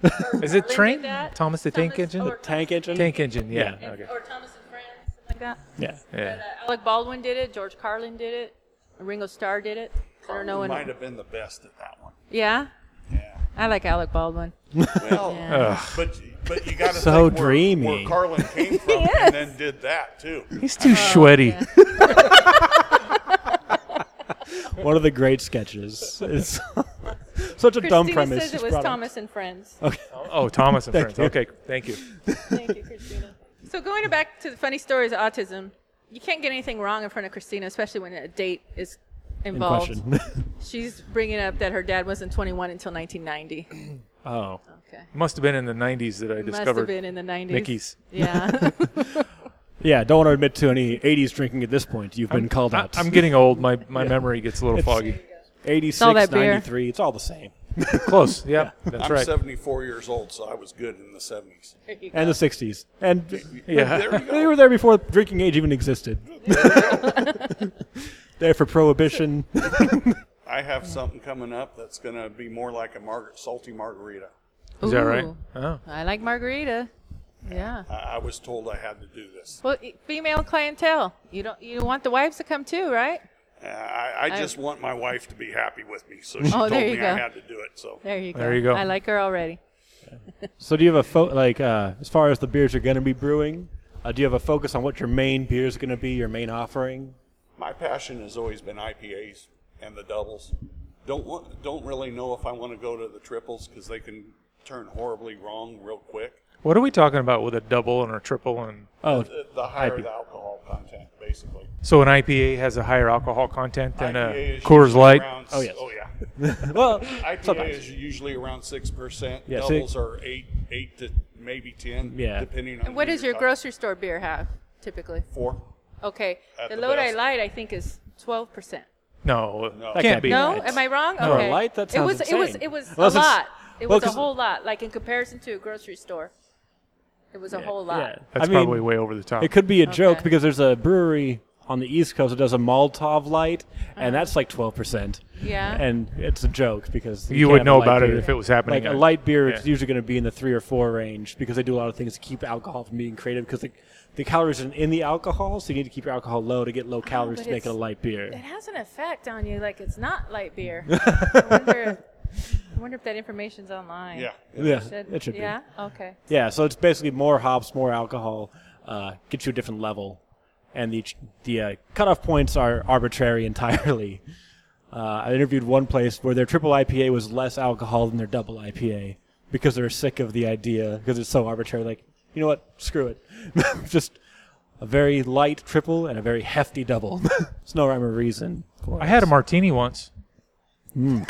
[laughs] Is it train? that. Thomas the Tank Thomas- Engine? or- [laughs] Tank engine? Tank Engine, yeah. Yeah. Okay. Or Thomas and Friends, something like that. Yeah. Yeah. Uh, Alec Baldwin did it. George Carlin did it. Ringo Starr did it. I don't know. Carlin might When, have been the best at that [laughs] one. yeah. I like Alec Baldwin. Well, but but you got to So think where, dreamy. where [laughs] Carlin came from and then did that too. He's too Oh, sweaty. One of the great sketches. It's [laughs] such a dumb Christina premise. says it It's was brought up. Thomas and Friends. [laughs] Oh, Thomas and Thank Friends. you. Okay, thank you. Thank you, Christina. So going back to the funny stories of autism, you can't get anything wrong in front of Christina, especially when a date is In involved. question. She's bringing up that her dad wasn't 21 until 1990. Oh. Okay. Must have been in the 90s that I Must have discovered been in the 90s. Mickey's. Yeah. yeah, don't want to admit to any 80s drinking at this point. You've been called I, out. I'm getting old. My, my memory gets a little foggy. 86, all that beer. 93. It's all the same. Close. Yeah, that's I'm right. 74 years old, so I was good in the 70s. And the 60s. And Yeah. [laughs] There we they go. were there before drinking age even [laughs] existed. there for prohibition. I have something coming up that's going to be more like a mar- salty margarita. Is that right? Ooh. Oh. I like margarita. Yeah. I, I was told I had to do this. [laughs] Well, e- female clientele. You don't. You want the wives to come too, right? Uh, I, I just want my wife to be happy with me, so she Oh, told there me you I go. had to do it. So There you go. There you go. I like her already. So do you have a fo- like uh, as far as the beers you're going to be brewing? Uh, do you have a focus on what your main beer is going to be, your main offering? my passion has always been IPAs and the doubles. Don't want, don't really know if I want to go to the triples because they can turn horribly wrong real quick. What are we talking about with a double and a triple? And Oh, The, the higher IP. the alcohol content, basically. so an IPA has a higher alcohol content than IPA a is Coors usually Light. around- uh, Oh, yes. Oh [laughs] yeah. well, IPA sometimes. is usually around six percent. Yeah, so- Doubles are eight, eight to maybe ten, Yeah. depending on. And what who does you're your talking- grocery store beer have typically? Four. Okay. At the the Lodi best. Light, I think, is 12 percent. No, No. that That can't can't be. be No, Right. am I wrong? No, okay. light, that it sounds was, It was. insane. It was Unless a it's- lot. It well, was a 'cause- whole lot. Like in comparison to a grocery store, it was a whole lot. Yeah. I That's mean, probably way over the top. It could be a joke Okay. because there's a brewery on the East Coast that does a Molotov light, and that's like 12%. Uh-huh. Yeah. And it's a joke because You can't would have a know light about it beer. if it was happening. Like a Uh, light beer, yeah. it's usually going to be in the three or four range because they do a lot of things to keep alcohol from being created because the, the calories are in the alcohol, so you need to keep your alcohol low to get low calories Oh, but to make it a it's- light beer. It has an effect on you. Like it's not [laughs] light beer. I, wonder if, I wonder if that information's online. Yeah. Yeah, Should- it should be. yeah? Okay. Yeah, so it's basically more hops, more alcohol, uh, gets you a different level, and the the uh, cutoff points are arbitrary [laughs] entirely. Uh, I interviewed one place where their triple IPA was less alcohol than their double IPA because they're sick of the idea because it's so arbitrary. Like, you know what? Screw it. [laughs] Just a very light triple and a very hefty double. [laughs] There's no rhyme or reason. For I it. had a martini once. I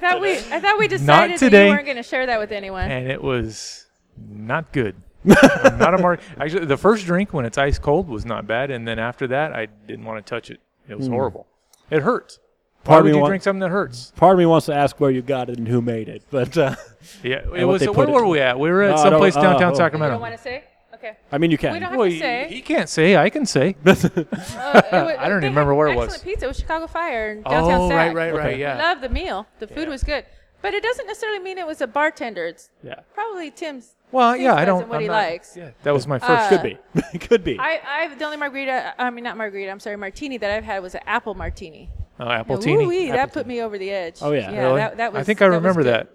thought we. I thought we decided that today. you weren't going to share that with anyone. and it was not [laughs] good. I'm not a mark. Actually, the first drink when it's ice cold was not bad, and then after that, I didn't want to touch it. It was horrible. It hurt. Why Hmm. Part of would me you wa- drink something that hurts? Part of me wants to ask where you got it and who made it, but uh, [laughs] Yeah, it what was. they Where put it were to. we at? We were No, at I don't- someplace uh, downtown oh. you don't Sacramento. want to say? Okay. I mean, you can. We [laughs] don't have Well, to say. he, he can't say. I can say. Uh, it was- I don't they remember had where it was. Excellent pizza. It was Chicago Fire in downtown oh, Sac. right, right, right. Okay. Yeah. Love the meal. The food was good, but it doesn't necessarily mean it was a bartender. It's [laughs] Yeah. probably Tim's. Well, taste yeah. I buds don't. and What I'm he not- likes. Yeah, that was my first. Could be. Could be. I, I the only margarita. I mean, not margarita. I'm sorry, martini that I've had was an apple martini. oh, apple Ooh, teeny. that put me over the edge. Oh, yeah. yeah Really? that, that was. I think I that was remember good.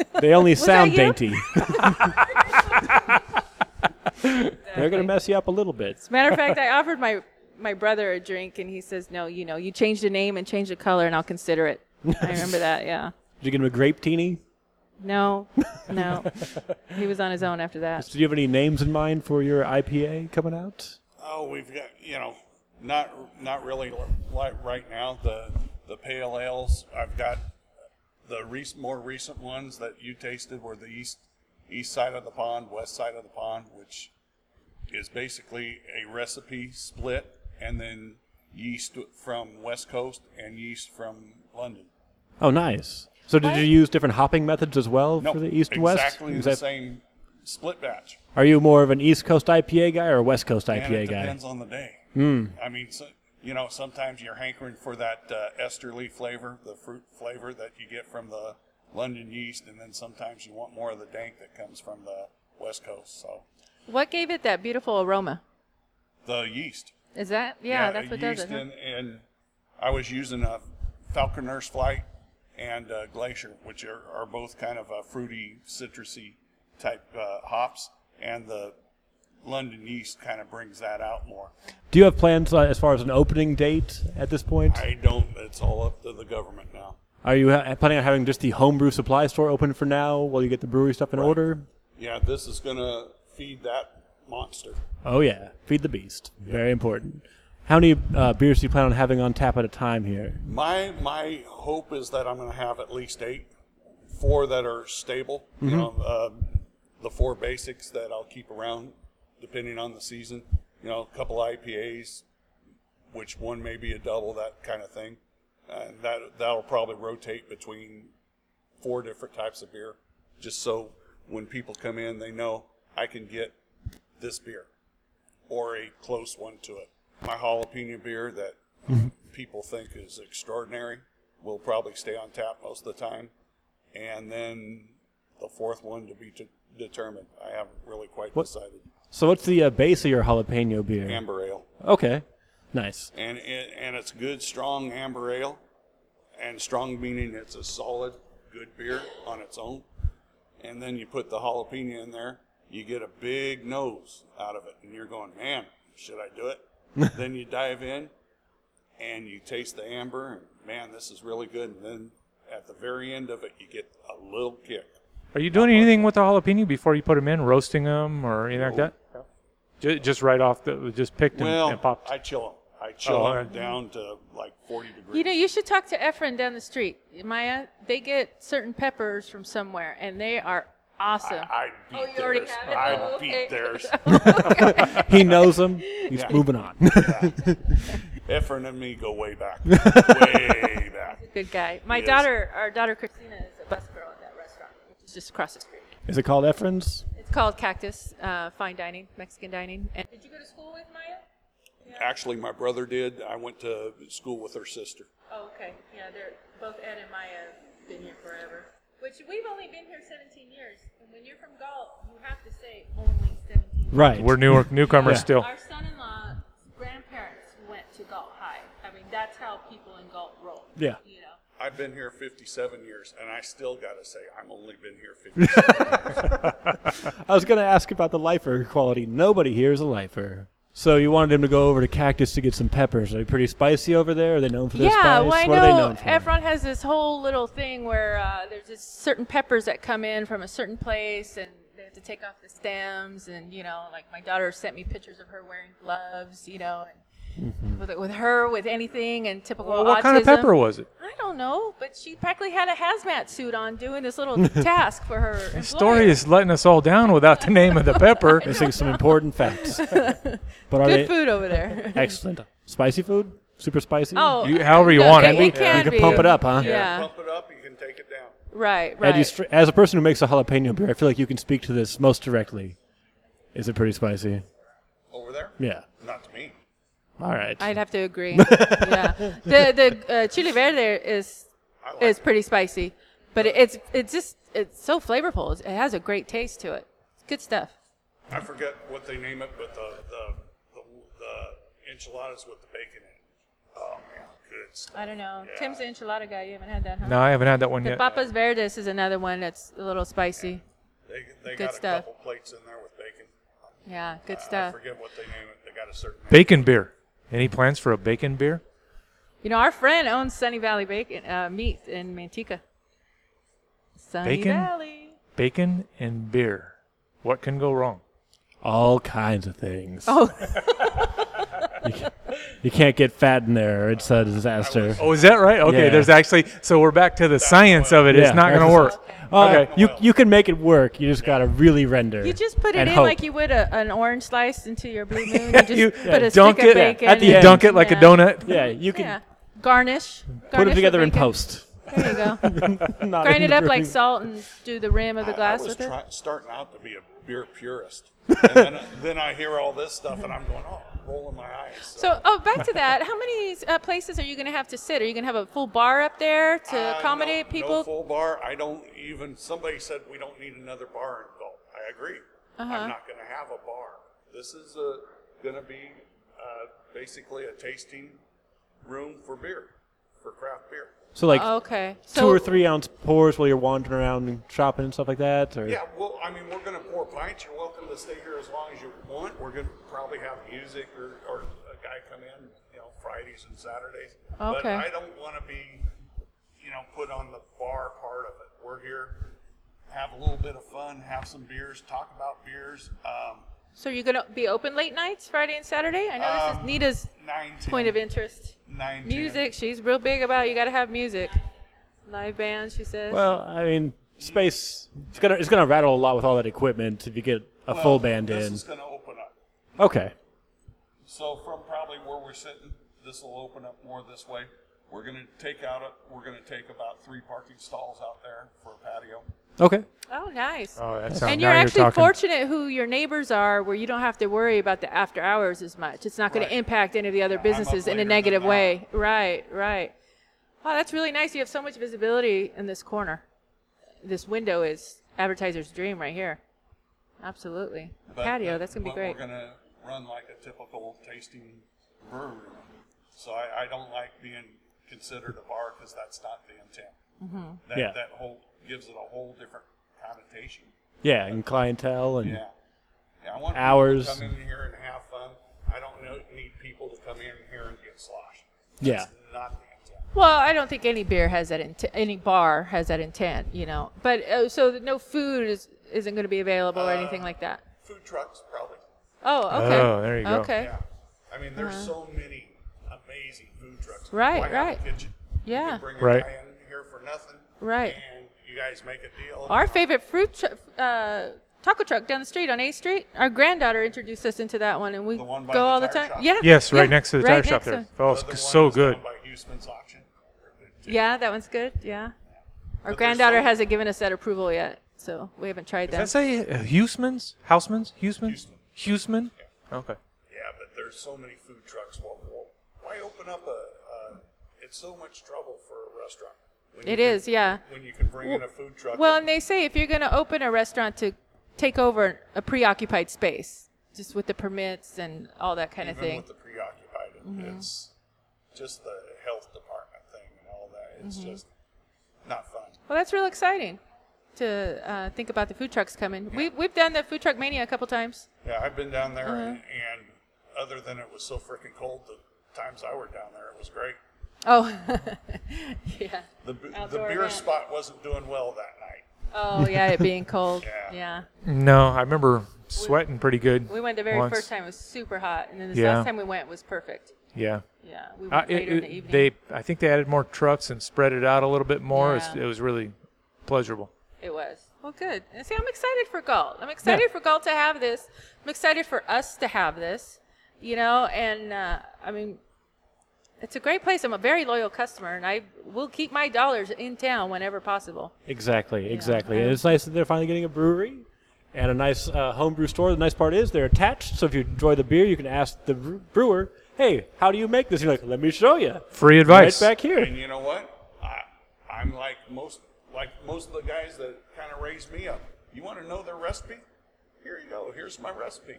that. They only sound you? dainty. They're going to mess you up a little bit. Matter of [laughs] fact, I offered my my brother a drink, and he says, "No, you know, you change the name and change the color, and I'll consider it." [laughs] I remember that. Yeah. Did you get him a grape teeny? No, no. he was on his own after that. Do you have any names in mind for your IPA coming out? Oh, we've got you know, not not really like right now the the pale ales. I've got the rec- more recent ones that you tasted were the east east side of the pond, west side of the pond, which is basically a recipe split, and then yeast from West Coast and yeast from London. Oh, nice. So did you use different hopping methods as well No, for the East and West? exactly Is the that- same split batch. Are you more of an East Coast IPA guy or a West Coast And it IPA guy? Hmm. depends on the day. I mean, so, you know, sometimes you're hankering for that uh, esterly flavor, the fruit flavor that you get from the London yeast, and then sometimes you want more of the dank that comes from the West Coast. So What gave it that beautiful aroma? the yeast. Is that? Yeah, a that's what does yeast it. huh? And, and I was using a Falconer's Flight and uh, Glacier, which are, are both kind of uh, fruity, citrusy type uh, hops, and the London yeast kind of brings that out more. Do you have plans uh, as far as an opening date at this point? I don't. It's all up to the government now. Are you ha- planning on having just the homebrew supply store open for now while you get the brewery stuff in order? Yeah, this is gonna feed that monster. Oh yeah, feed the beast. Very important. How many uh, beers do you plan on having on tap at a time here? My my hope is that I'm gonna have at least eight, four that are stable. You know, uh, the four basics that I'll keep around depending on the season. You know, a couple IPAs, which one may be a double, that kind of thing. And that that'll probably rotate between four different types of beer, just so when people come in, they know I can get this beer or a close one to it. My jalapeno beer that people think is extraordinary will probably stay on tap most of the time. And then the fourth one to be t- determined. I haven't really quite decided. So what's the uh, base of your jalapeno beer? Amber ale. Okay, nice. and it, and it's good, strong amber ale, and strong meaning it's a solid, good beer on its own. And then you put the jalapeno in there, you get a big nose out of it, and you're going, man, should I [laughs] do it? then you dive in, and you taste the amber, and man, this is really good. And then at the very end of it, you get a little kick. Are you doing anything with the jalapeno before you put them in, roasting them or anything like that? Ju- Just right off the, just picked and, Well, and popped. I chill 'em. I chill Oh, 'em alright. down to like 40 degrees. You know, you should talk to Efren down the street, Maya. They get certain peppers from somewhere, and they are awesome. I beat Oh, you already theirs. have it? I Oh, okay. beat [laughs] theirs. [laughs] He knows them. He's Yeah. moving on. [laughs] Efren and me go way back. way back. Good guy. My Yes. daughter, our daughter Christina, is a busgirl at that restaurant, which is just across the street. Is it called Efren's? It's called Cactus uh, Fine Dining, Mexican Dining. And did you go to school with Maya? Actually, my brother did. I went to school with her sister. Oh, okay. Yeah, they're both Ed and Maya have been here forever. Which we've only been here 17 years, and when you're from Galt, you have to say only 17. Right. We're newer, newcomers Yeah. still. Our son-in-law's grandparents went to Galt High. I mean, that's how people in Galt roll. Yeah. You know. I've been here 57 years, and I still got to say, I've only been here 57 I was going to ask about the lifer quality. Nobody here is a lifer. So you wanted him to go over to Cactus to get some peppers. Are they pretty spicy over there? Are they known for their yeah, spice? well, I what are they known know for? Efron has this whole little thing where uh, there's this certain peppers that come in from a certain place, and they have to take off the stems, and you know, like my daughter sent me pictures of her wearing gloves, you know, and with, with her with anything and typical Well, what autism. kind of pepper was it? I don't know, but she practically had a hazmat suit on doing this little task for her. The story employer. is letting us all down without the name of the [laughs] pepper. Missing some important facts. but are they good food over there. excellent? Spicy food? Super spicy? Oh, You- however you no, want it, it. it can you be. can pump it up, huh? Yeah, Pump it up, you can take it down. right, Ed, right. you str- as a person who makes a jalapeno beer, I feel like you can speak to this most directly. Is it pretty spicy? Over there? Yeah. Not to me. All right. I'd have [laughs] to agree. yeah, the the uh, chili verde is I like is it. pretty spicy, but it, it's it's just it's so flavorful. It's, it has a great taste to it. It's good stuff. I forget what they name it, but the, the, the, the enchiladas with the bacon in it. Oh, man. good stuff. I don't know. Tim's the enchilada guy. You haven't had that, huh? No, I haven't had that one The yet. Papas Verdes is another one that's a little spicy. They, they Good got stuff. a couple plates in there with bacon. Yeah, good I stuff. forget what they name it. They got a certain name. Bacon beer. Any plans for a bacon beer? You know, our friend owns Sunny Valley Bacon uh, Meat in Manteca. Sunny Bacon? Valley. Bacon and beer. What can go wrong? All kinds of things. Oh. [laughs] you, can't, you can't get fat in there. It's a disaster. Oh, is that right? Okay, Yeah. there's actually so we're back to the science of it. Yeah, it's not going that's to work. Oh, Okay. You you can make it work. You just gotta really render. You just put it and in hope. like you would a, an orange slice into your blue [laughs] moon. and just You put yeah, a dunk stick it of bacon. at the and- end. Dunk it like a yeah. donut. Yeah, you can Yeah. Garnish. put Garnish it with together in bacon. post. [laughs] There you go. Not Grind in it up brewing. [laughs] like salt and do the rim of the I glass was with it. try, starting out to be a beer purist. and then, [laughs] then I hear all this stuff and I'm going, oh, rolling my eyes. So, oh, back to that. How many uh, places are you going to have to sit? Are you going to have a full bar up there to Uh, no- accommodate people? No full bar. I don't even. Somebody said we don't need another bar in Gulf. I agree. Uh-huh. I'm not going to have a bar. This is going to be uh, basically a tasting room for beer, for craft beer. So like Oh, okay. two So, or three ounce pours while you're wandering around and shopping and stuff like that. Or Yeah, well, I mean, we're going to pour pints. You're welcome to stay here as long as you want. We're going to probably have music or, or a guy come in, you know, Fridays and Saturdays. But Okay. I don't want to be, you know, put on the bar part of it. We're here, have a little bit of fun, have some beers, talk about beers. Um, So you're going to be open late nights, Friday and Saturday? I know this is Um, Nita's nine, ten, point of interest. Nine, Music. She's real big about you got to have music. Live band, she says. Well, I mean, space. It's gonna it's gonna rattle a lot with all that equipment if you get a 10. full Well, band this in. is going to open up. Okay. So from probably where we're sitting, this will open up more this way. We're gonna take out, a- we're gonna take about three parking stalls out there for a patio. Okay. oh, nice. Oh, that sounds. and now you're actually talking. fortunate who your neighbors are where you don't have to worry about the after hours as much. It's not going to impact any of the other businesses in later a than negative that. way. Right, right. Wow, that's really nice. You have so much visibility in this corner. This window is advertiser's dream right here. Absolutely. A uh, But- patio, but- that's going to be but great. We're gonna run like a typical tasting brewery. So I, I don't like being considered a bar because that's not the intent. Mm-hmm. That, Yeah. that whole, gives it a whole different connotation. Yeah, and clientele and Yeah. Yeah, I want Hours. people to come in here and have fun. I don't know, need people to come in here and get sloshed. yeah. That's not the intent. Well, I don't think any beer has that int- any bar has that intent, you know. But uh, so that no food is isn't going to be available or anything like that. Food trucks, probably. Oh, okay. Oh, there you go. Okay. Yeah. I mean, there's so many amazing food trucks. Uh-huh. Right, Why have a right. kitchen? You Yeah. can bring a Right. guy in here for nothing. Right. And you guys make a deal. Our favorite fruit tr- uh, taco truck down the street on 8th Street. Our granddaughter introduced us into that one, and we The one by go the all the tire time. shop. Yeah. Yes, right yeah, next to the right tire shop next there. to- Oh, Another it's one so was down good. By Houston's auction. Yeah, that one's good. Yeah. Our But there's granddaughter some- hasn't given us that approval yet, so we haven't tried Did I that. say uh, Huseman's? Houseman's? Huseman's? Huseman? Okay. Yeah, but there's so many food trucks. Well, well, why open up a, uh, it's so much trouble for a restaurant. When you It can- is, yeah. When you can bring in a food truck. Well, and they say if you're going to open a restaurant to take over a preoccupied space, just with the permits and all that kind of even thing. Mm-hmm. with the preoccupied, it- it's just the health department thing and all that. Mm-hmm. It's just not fun. Well, that's real exciting to uh, think about the food trucks coming. We, we've done the food truck mania a couple times. Yeah, I've been down there, Uh-huh. and, and other than it was so freaking cold, the times I were down there, it was great. Oh, [laughs] yeah. The, b- the Outdoor beer event. spot wasn't doing well that night. Oh yeah, it being [laughs] cold. Yeah. yeah. No, I remember sweating pretty good. We went the very once. first time; it was super hot, and then this Yeah. last time we went was perfect. Yeah. Yeah, we Uh, went it- later in the it- evening. they, I think they added more trucks and spread it out a little bit more. It's- Yeah. It was really pleasurable. it was well, good. And see, I'm excited for Galt. I'm excited for Galt to have this. I'm excited for us to have this. You know, and uh, I mean, it's a great place. I'm a very loyal customer, and I will keep my dollars in town whenever [laughs] possible. Exactly, exactly. I And it's nice that they're finally getting a brewery and a nice uh, homebrew store. The nice part is they're attached, so if you enjoy the beer, you can ask the bre- brewer, "Hey, how do you make this?" You're like, "Let me show you." Free Right advice. back here. And you know what? I, I'm like most like most of the guys that kind of raised me up. You want to know their recipe? Here you go. Here's my recipe.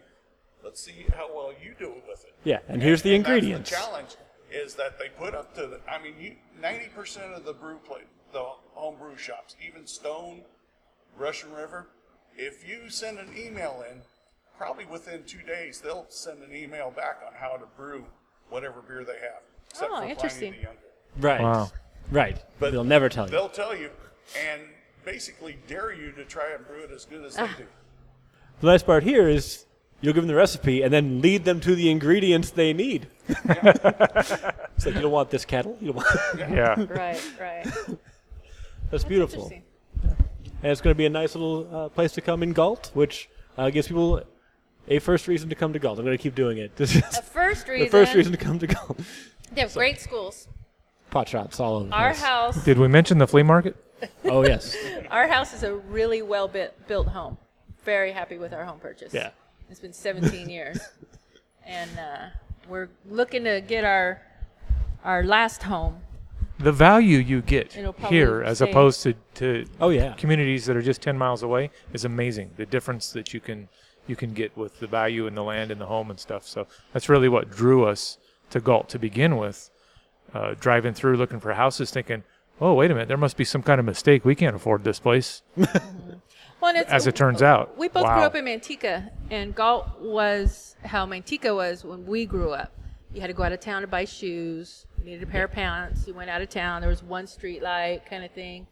Let's see how well you do with it. Yeah, and here's the that's ingredients. challenge is that they put up to the, I mean, you, 90% of the brew plate, the home brew shops, even Stone, Russian River, if you send an email in, probably within two days, they'll send an email back on how to brew whatever beer they have. Except Oh, for Pliny interesting. the Younger. Right. Wow. Right. But they'll never tell you. They'll tell you and basically dare you to try and brew it as good as they Ah, do. The nice part here is you'll give them the recipe and then lead them to the ingredients they need. [laughs] it's like you don't want this kettle. You don't [laughs] want. Yeah. Right, right. That's beautiful. Interesting. And it's going to be a nice little uh, place to come in Galt, which uh, gives people a first reason to come to Galt. I'm going to keep doing it. [laughs] This is The first reason. the first reason to come to Galt. [laughs] They have great schools. Pot shots all over. the Our place. house, Did we mention the flea market? Oh [laughs] yes. our house is a really well bit, built home. Very happy with our home purchase. Yeah. It's been 17 [laughs] years, and uh, we're looking to get our our last home. The value you get It'll probably here as stay. opposed to, to Oh yeah. communities that are just 10 miles away is amazing. The difference that you can you can get with the value in the land and the home and stuff. So that's really what drew us to Galt to begin with. Uh, driving through looking for houses, thinking, "Oh, wait a minute, there must be some kind of mistake. We can't afford this place." Well, and it's, As it turns out, we both wow. grew up in Manteca, and Galt was how Manteca was when we grew up. You had to go out of town to buy shoes. You needed a pair of pants. You went out of town. There was one street light kind of thing,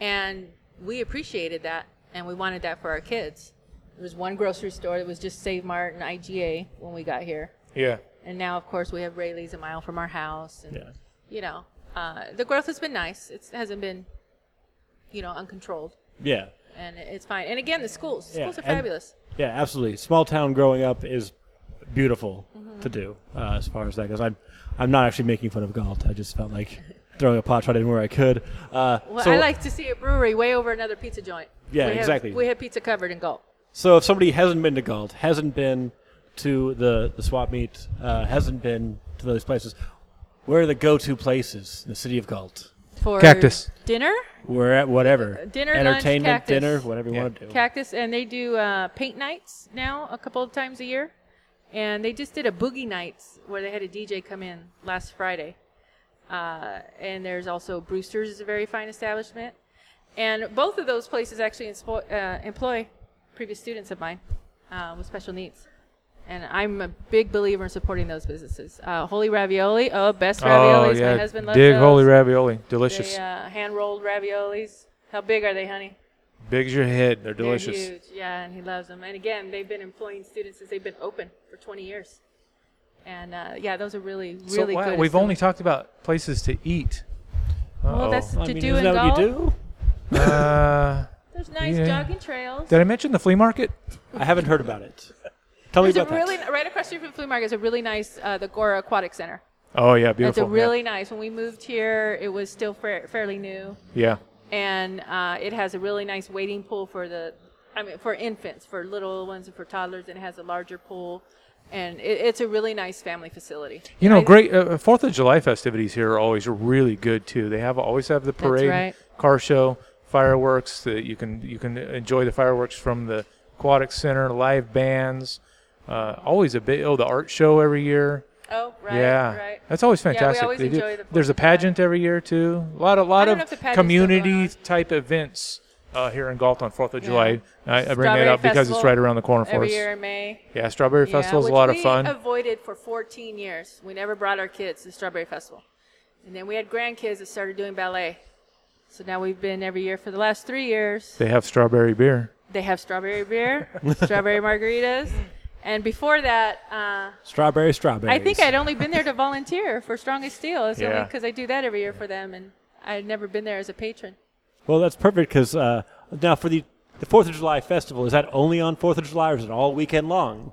and we appreciated that, and we wanted that for our kids. There was one grocery store that was just Save Mart and IGA when we got here. Yeah, And now, of course, we have Rayleigh's a mile from our house. And, Yeah. You know, uh, the growth has been nice. It hasn't been, you know, uncontrolled. Yeah. And it- it's fine. And again, the schools. The Yeah, Schools are and- fabulous. Yeah, absolutely. Small town growing up is beautiful to do uh, as far as that goes. I'm, I'm not actually making fun of Galt. I just felt like throwing a pot shot in where I could. Uh, Well, so, I like to see a brewery way over another pizza joint. Yeah, We have- exactly. We have pizza covered in Gulp. so if somebody hasn't been to Galt, hasn't been to the, the swap meet, uh, hasn't been to those places, where are the go-to places in the city of Galt? For Cactus. Dinner? We're at whatever. Uh, Dinner, lunch, Entertainment, cactus. dinner, whatever you want to do. Cactus. And they do uh, paint nights now a couple of times a year. And they just did a boogie nights where they had a DJ come in last Friday. Uh, and there's also Brewster's is a very fine establishment. And both of those places actually inspo- uh, employ previous students of mine uh, with special needs. And I'm a big believer in supporting those businesses. Uh, Holy Ravioli, oh, best raviolis. oh yeah, My husband loves dig those. holy ravioli, delicious, They uh, hand rolled raviolis. How big are they, honey? big as your head. They're They're delicious. huge, yeah, and he loves them. And again, they've been employing students since they've been open for 20 years. And uh, yeah, those are really, really so wow, good. we've only establishments. talked about places to eat. Well, Uh-oh. that's Oh. I to mean, do isn't and that what you golf. do? uh, There's nice Yeah. jogging trails. did I mention the flea market? I haven't heard about it. Tell me There's a about that. really right across the street from the flea market is a really nice uh, the Gora Aquatic Center. Oh yeah, That's beautiful. a really nice. When we moved here, it was still fair, fairly new, yeah. yeah. and uh, it has a really nice wading pool for the, I mean, for infants, for little ones, and for toddlers, and it has a larger pool, and it, it's a really nice family facility. You know, I- great uh, Fourth of July festivities here are always really good too. They have always have the parade, right. car show, fireworks. That you can you can enjoy the fireworks from the aquatic center, live bands. Uh, always a bit. Oh, the art show every year. Oh, right, yeah, right. that's always we fantastic. always They do- enjoy the Fourth There's a of July. pageant every year too. A lot a lot don't know if the of pageant's still going community on. type events uh, here in Galt on Fourth of Yeah. July. I, I bring that Strawberry up because it's Festival right around the corner for every us. year in May. Yeah, Strawberry Yeah, Festival's which a lot of we fun. Avoided for 14 years. We never brought our kids to Strawberry Festival, and then we had grandkids that started doing ballet. So now we've been every year for the last three years. they have strawberry beer. They have strawberry [laughs] beer, strawberry margaritas, and before that, uh, Strawberry, strawberries. I think I'd only been there to volunteer for Strongest Steel. It's only Yeah. because I do that every year for them, and I'd never been there as a patron. Well, that's perfect because uh, now for the the Fourth of July festival, is that only on Fourth of July or is it all weekend long?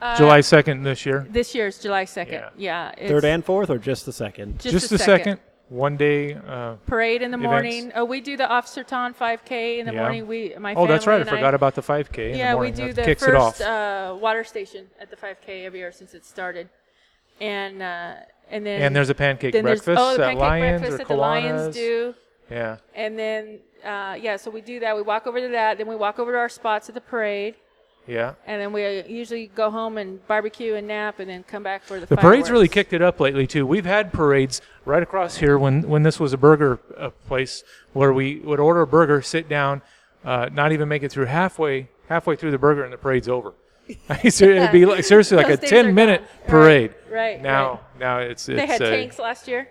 Uh, July 2nd this year. This year is July 2nd. Yeah. Yeah, it's Third and fourth, or just the second? just, Just, the a second. One day. Uh, parade in the Events. morning. Oh, we do the Officer Ton 5K in the Yeah. morning. We my oh, that's right. family I and forgot about the 5K. in yeah, the morning. we do that the kicks first it off. Uh, water station at the 5K every year since it started, and uh, and then and there's a pancake then there's- breakfast oh, the at pancake Lions breakfast or that the Lions Kiwanis. do. Yeah. And then, uh, yeah, so we do that. We walk over to that. Then we walk over to our spots at the parade. Yeah. and then we usually go home and barbecue and nap, and then come back for the. The parade's really fireworks. kicked it up lately too. We've had parades right across here when when this was a burger uh, place where we would order a burger, sit down, uh, not even make it through halfway halfway through the burger, and the parade's over. [laughs] It'd be like seriously like a Those days are ten minute gone. Right, parade. right, now, right. now it's it's They had uh, tanks last year.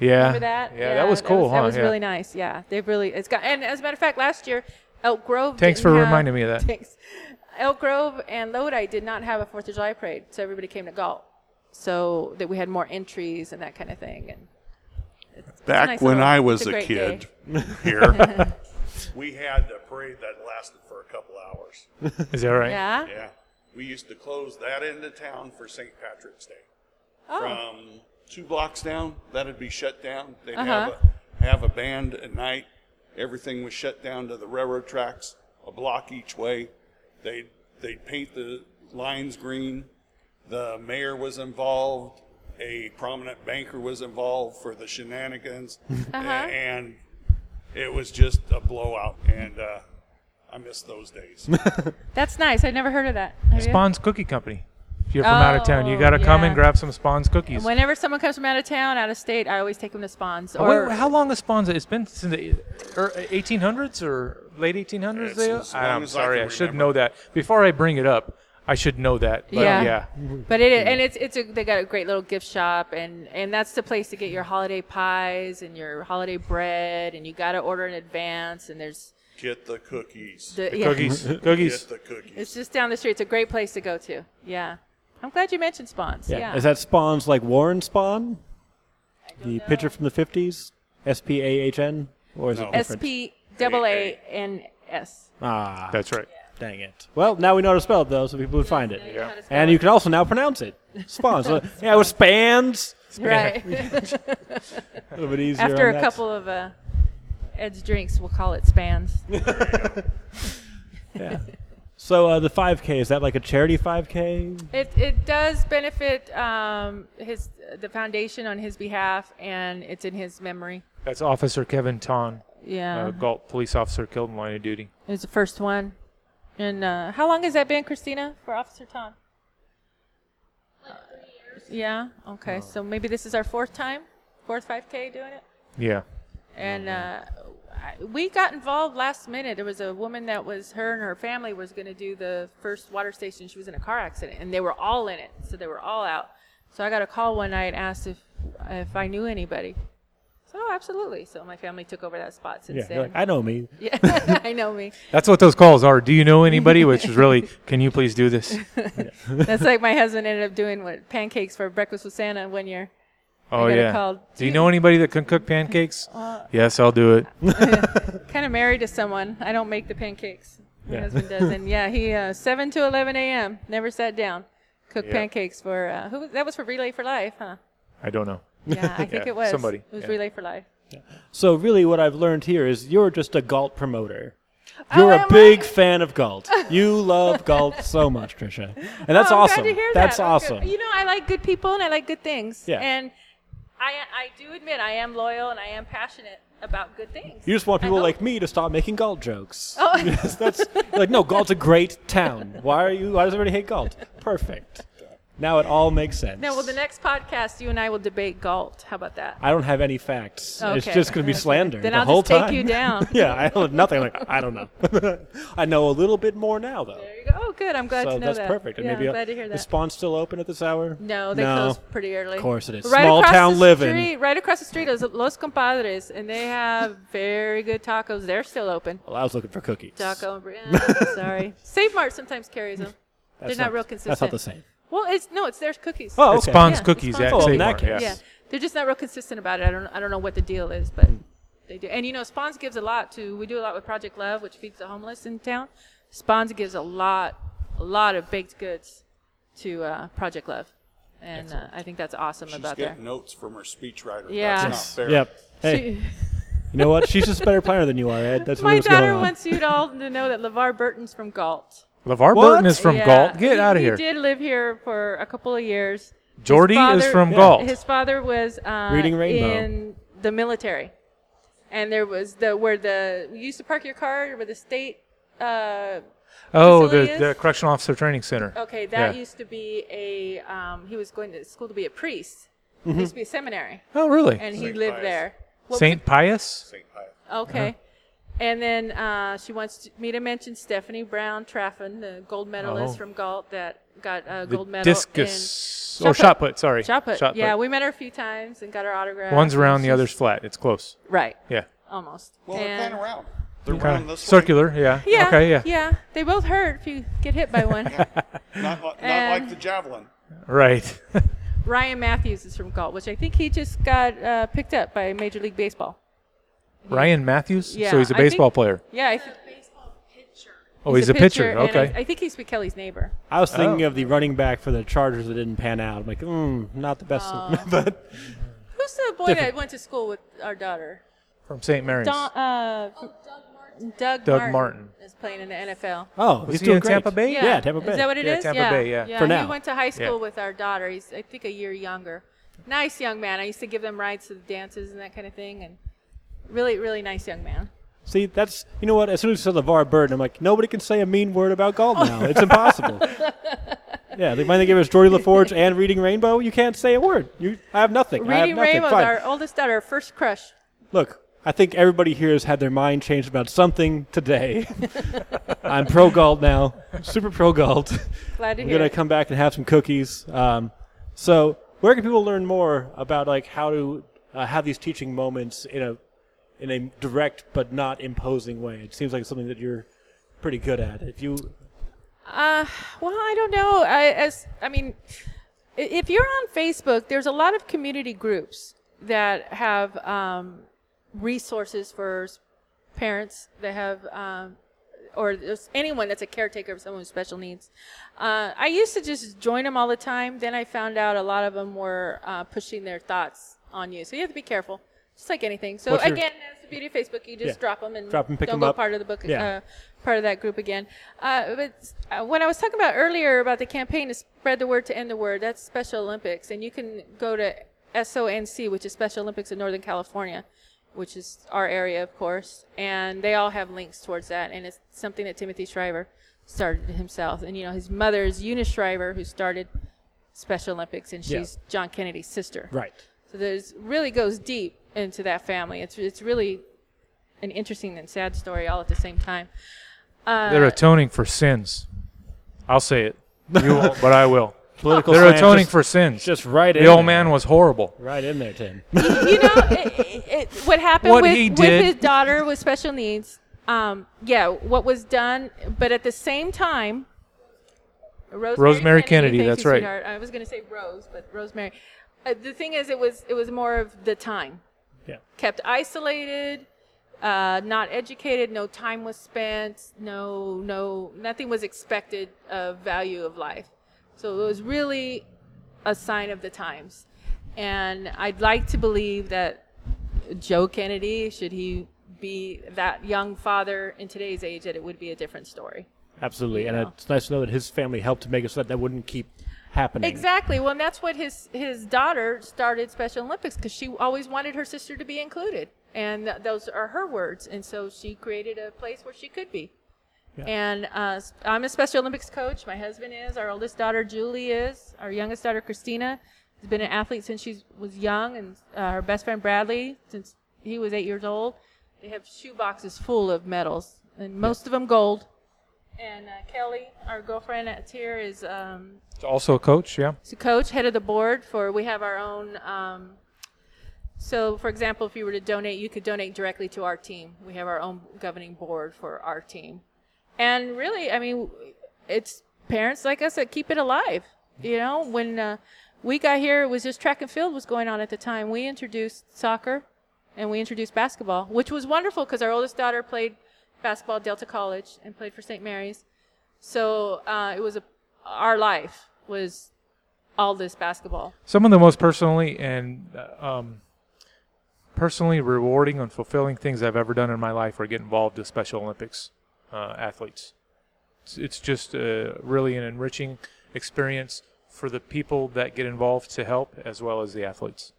yeah Remember that? yeah, that was cool, huh? That was yeah. really nice. Yeah, they've really it's got. And as a matter of fact, last year Elk Grove. Thanks didn't for have- reminding me of that. [laughs] Thanks. Elk Grove and Lodi did not have a Fourth of July parade, so everybody came to Galt, so that we had more entries and that kind of thing. And Back nice when little- I it's was a a, great kid [laughs] [laughs] here, we had a parade that lasted for a couple hours. Is that right? yeah. Yeah. We used to close that end of town for St. Patrick's Day. Oh. From two blocks down, that'd be shut down. They'd Uh-huh. have, a, have a band at night. Everything was shut down to the railroad tracks, a block each way. They'd, they'd paint the lines green. The mayor was involved. A prominent banker was involved for the [laughs] shenanigans. Uh-huh. A- And it was just a blowout. And uh, I miss those [laughs] days. That's nice. I'd never heard of that. Have you? Spawn's Cookie Company. If you're from out of town, you Oh, got to come yeah. and grab some Spawn's cookies. Whenever someone comes from out of town, out of state, I always take them to Spawns. Oh, Wait, Or how long has Spawn's? It's been since the er, 1800s or late 1800s. It's they- as long I'm as I sorry, I, can should remember. know that. Before I bring it up, I should know that. But yeah. Yeah. But it is, and it's it's a, they got a great little gift shop, and and that's the place to get your holiday pies and your holiday bread, and you got to order in advance. And there's Get the cookies. the, yeah, Cookies, [laughs] Get cookies. the cookies. It's just down the street. It's a great place to go to. Yeah, I'm glad you mentioned Spawns. Yeah, Is that Spawn's like Warren Spawn? The pitcher from the 50s? S P A H N? Or is it No. different? S P double A N S. Ah, That's right. dang it. Well, now we know how to spell it, though, so people would find it. you know how to spell And it. you can also now pronounce it. [laughs] Spawn's. Uh, yeah, it was Spans. Right. A little bit easier. After on a that. couple of uh, Ed's drinks, we'll call it Spans. So uh, the 5K, is that like a charity 5K? It, it does benefit um, his the foundation on his behalf, and it's in his memory. That's Officer Kevin Ton, Yeah, uh, Galt police officer killed in line of duty. it was the first one. And uh, how long has that been, Christina, for Officer Tom? Yeah. Okay. So maybe this is our fourth time, fourth 5K doing it. Yeah. and Uh-huh. uh, I- we got involved last minute. There was a woman that was her and her family was going to do the first water station. She was in a car accident, and they were all in it, so they were all out. So I got a call one night and asked if if I knew anybody. So oh, absolutely. So my family took over that spot since Yeah, you're "Ah." then. like, I know me. yeah, [laughs] I know me. That's what those calls are. Do you know anybody? Which is [laughs] really, can you please do this? That's like my husband ended up doing what pancakes for breakfast with Santa one year. Oh got a yeah. call. Uh, Do you know anybody that can cook pancakes? yes, I'll do it. Kind of married to someone. I don't make the pancakes. My Yeah. husband does, and yeah, he uh, seven to eleven a.m. Never sat down. Cooked Yeah. pancakes for uh, who? was- That was for Relay for Life, [laughs] huh? I don't know. Yeah, I think Yeah, it was somebody, It was yeah. Relay for Life. So really what I've learned here is you're just a Galt promoter. Oh, You're a am big I? fan of Galt. You [laughs] love Galt so much, Trisha. And that's Oh, I'm awesome. Glad to hear that's that. I'm good. awesome. You know, I like good people and I like good things. Yeah. And I I do admit I am loyal and I am passionate about good things. You just want I people hope. like me to stop making Galt jokes. [laughs] [laughs] Oh. Yes, that's like no, Galt's a great town. Why are you? Why does everybody hate Galt? Perfect. Now it all makes sense. No, well, the next podcast you and I will debate Galt. How about that? I don't have any facts. It's Okay. just going to be slander Then the I'll whole just take time. you down. [laughs] yeah, I don't nothing. Like I don't know. [laughs] I know a little bit more now though. There you go. Oh, good. I'm glad so to know that's that. perfect. And Yeah, maybe I'm I'll- glad to hear The that. spawn's still open at this hour? No, they close pretty early. Of course it is. Right Small across town the living. Street, right across the street is Los Compadres, and they have very good tacos. They're still open. Well, I was looking for cookies. Taco and [laughs] Brianna. sorry. Save Mart sometimes carries them. That's They're not real That's not consistent. the same. Well, it's no, it's their cookies. Oh, okay. It's Spawn's Yeah, cookies Spawn's at cookies. Oh, in Safeway, that yeah. Yeah, they're just not real consistent about it. I don't, I don't know what the deal is, but they do. And you know, Spawns gives a lot to. We do a lot with Project Love, which feeds the homeless in town. Spawns gives a lot, a lot of baked goods to uh, Project Love, and uh, I think that's awesome She's about getting there. notes from her speechwriter. Yeah. That's not fair. Yep. Hey, [laughs] you know what? She's just a better planner than you are, Ed. That's [laughs] My what's going daughter on. wants you to all to know that LeVar Burton's from Galt. What? LeVar Burton is from Yeah, Galt. Get he- out of he here. did live here for a couple of years. His Jordy is father- from Galt. His father was uh, Reading Rainbow. in the military, and there was the where the you used to park your car where the state uh, Oh, the, facility the is? Correctional Officer Training Center. Okay, that Yeah. used to be a. Um, he was going to school to be a priest. It used to be a seminary, Oh, really? and he Saint lived Pius. there. What St. Pius? St. Pius. Okay. Uh-huh. And then uh, she wants to, me to mention Stephanie Brown Traffin, the gold medalist Oh. from Galt that got a The gold medal. discus. in or Oh, shot put, sorry. Shot put. Yeah, we met her a few times and got her autograph. One's round, the She's- other's flat. It's close. Right, Yeah. almost. Well, they're And- kind of round. They're Kinda round this way. circular, yeah. Yeah, Okay, yeah. Yeah, they both hurt if you get hit by one. Not, li- not And- like the javelin. Right. [laughs] Ryan Matthews is from Galt, which I think he just got uh, picked up by Major League Baseball. Ryan Matthews? Yeah, So he's a I think- baseball player. Yeah, I th- Oh, he's, a, pitcher. and Okay. I, I think he's with Kelly's neighbor. I Oh. was thinking of the running back for the Chargers that didn't pan out. I'm like, mm, not the best. [laughs] but Who's the boy that went to school with our daughter? From St. Mary's. Don, uh, Doug Martin. Doug Martin. is playing in the NFL. oh, Was he's he doing in great. Tampa Bay? Yeah, Tampa Bay. Is that what it is? Yeah, Tampa Bay, yeah. For He now. went to high school Yeah. with our daughter. He's, I think, a year younger. Nice young man. I used to give them rides to the dances and that kind of thing. And really, really nice young man. See, that's you know what? As soon as you said LeVar Burton, I'm like, nobody can say a mean word about Galt now. [laughs] It's impossible. yeah, they finally gave us Jordy LaForge and Reading Rainbow. You can't say a word. You, I have nothing. I have Reading nothing. Rainbow's Fine. our oldest daughter, our first crush. Look, I think everybody here has had their mind changed about something today. [laughs] I'm pro Galt now. Super pro Galt. Glad [laughs] to I'm hear. gonna it. come back and have some cookies. Um, so, where can people learn more about like how to uh, have these teaching moments in a in a direct but not imposing way? It seems like something that you're pretty good at. If you Uh, well, I don't know. I, as I mean, i- if you're on Facebook, there's a lot of community groups that have um, resources for s- parents that have um, or there's anyone that's a caretaker of someone with special needs. Uh, I used to just join them all the time. Then I found out a lot of them were uh, pushing their thoughts on you, so you have to be careful. Just like anything. So What's your- again, that's the beauty of Facebook. You just Yeah. drop them and Drop 'em, pick don't 'em go up. part of the book. Yeah. Uh, part of that group again. Uh, but uh, when I was talking about earlier about the campaign to spread the word to end the word, that's Special Olympics, and you can go to SONC, which is Special Olympics in Northern California, which is our area, of course, and they all have links towards that, and it's something that Timothy Shriver started himself, and you know his mother is Eunice Shriver, who started Special Olympics, and she's Yeah. John Kennedy's sister. right, So there's really goes deep into that family. It's it's really an interesting and sad story all at the same time. Uh, They're atoning for sins. I'll say it. [laughs] You won't, but I will. political. They're slant, atoning just, for sins. just right in the old there. man was horrible. right in there, [laughs] Tim. you know, it, it, it, what happened What with, he with did. his daughter with special needs. Um, yeah, what was done, but at the same time, Rosemary, Rosemary Kennedy, thank that's you, right. sweetheart. I was going to say Rose, but Rosemary. Uh, the thing is, it was it was more of the time. Yeah. Kept isolated, uh, not educated. No time was spent. No, no, nothing was expected of value of life. So it was really a sign of the times. And I'd like to believe that Joe Kennedy, should he be that young father in today's age, that it would be a different story. Absolutely, and Yeah. it's nice to know that his family helped to make it so that that wouldn't keep happening. Exactly. Well, and that's what his his daughter started Special Olympics because she always wanted her sister to be included, and th- those are her words. And so she created a place where she could be. And uh, s- I'm a Special Olympics coach. My husband is. Our oldest daughter Julie is. Our youngest daughter Christina has been an athlete since she was young, and uh, her best friend Bradley since he was eight years old. They have shoe boxes full of medals, and most of them gold. And uh, Kelly, our girlfriend that's here, is um, Also a coach, yeah. so coach, head of the board for we have our own. Um, so, for example, if you were to donate, you could donate directly to our team. We have our own governing board for our team, and really, I mean, it's parents like us that keep it alive. You know, when uh, we got here, it was just track and field was going on at the time. We introduced soccer, and we introduced basketball, which was wonderful because our oldest daughter played basketball at Delta College and played for St. Mary's. So uh, it was a, our life was all this basketball. Some of the most personally and uh, um, personally rewarding and fulfilling things I've ever done in my life are get involved with Special Olympics uh, athletes. It's, it's just uh, really an enriching experience for the people that get involved to help, as well as the athletes.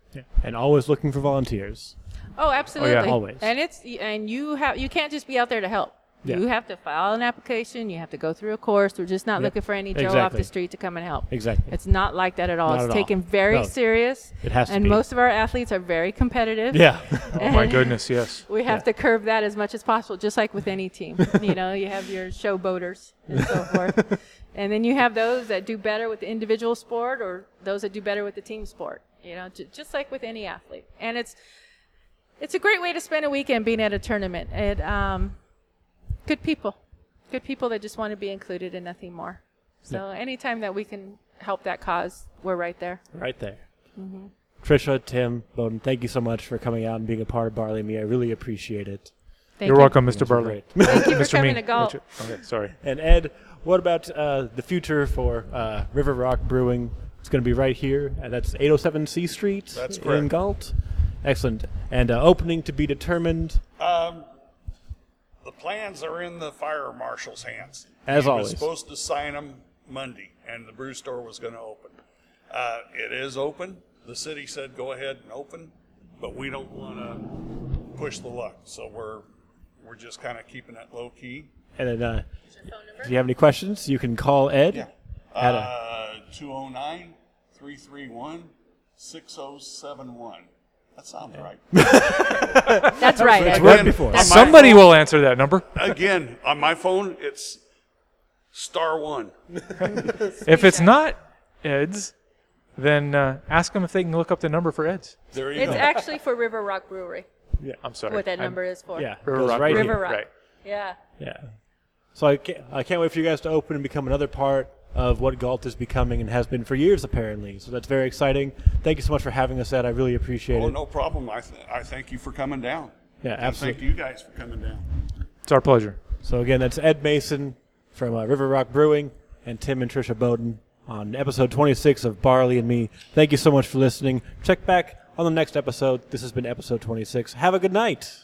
And always looking for volunteers. Oh, absolutely. Always. And it's and you have you can't just be out there to help. Yeah. You have to file an application. You have to go through a course. We're just not looking for any Joe off Exactly. the street to come and help. Exactly. It's not like that at all. Not it's at all. taken very No. serious. It has to And be. most of our athletes are very competitive. Yeah. Oh my goodness, yes. We have to curb that as much as possible, just like with any team. you know, you have your showboaters and so forth. And then you have those that do better with the individual sport or those that do better with the team sport, you know, ju- just like with any athlete. And it's, it's a great way to spend a weekend being at a tournament. It, um, good people, good people that just want to be included and nothing more. So anytime that we can help that cause, we're right there. right there. Mm-hmm. Trisha, Tim, Bowden, thank you so much for coming out and being a part of Barley and Me. I really appreciate it. Thank You're you. welcome, Mr. Burley. Thank you for Mr. coming Me. to golf. Okay, sorry. [laughs] And Ed, what about uh, the future for uh, River Rock Brewing? It's going to be right here, and that's 807 C Street That's in correct. Galt. Excellent. And uh, opening to be determined. Um, the plans are in the fire marshal's hands. As he always. was supposed to sign them Monday, and the brew store was going to open. Uh, it is open. The city said go ahead and open, but we don't want to push the luck, so we're we're just kind of keeping it low key. And then, uh, if you have any questions, you can call Ed. At a- Uh, 209 331 6071. That sounds [laughs] right. That's right. It's Ed. right Again, before. on my Somebody phone- will answer [laughs] that number. Again, on my phone, it's star one. If it's not Ed's, then uh, ask them if they can look up the number for Ed's. There you It's go. actually for River Rock Brewery, I'm sorry. what that I'm- number is for. yeah, River goes Rock right Brewing. here. River Rock. [laughs] Right. Yeah. Yeah. So I can't, I can't wait for you guys to open and become another part of what Galt is becoming and has been for years, apparently. So that's very exciting. Thank you so much for having us, Ed. I really appreciate Oh, it. no problem. I, th- I thank you for coming down. Yeah, And absolutely. Thank you guys for coming down. It's our pleasure. So again, that's Ed Mason from uh, River Rock Brewing and Tim and Trisha Bowden on episode 26 of Barley and Me. Thank you so much for listening. Check back on the next episode. This has been episode 26. Have a good night.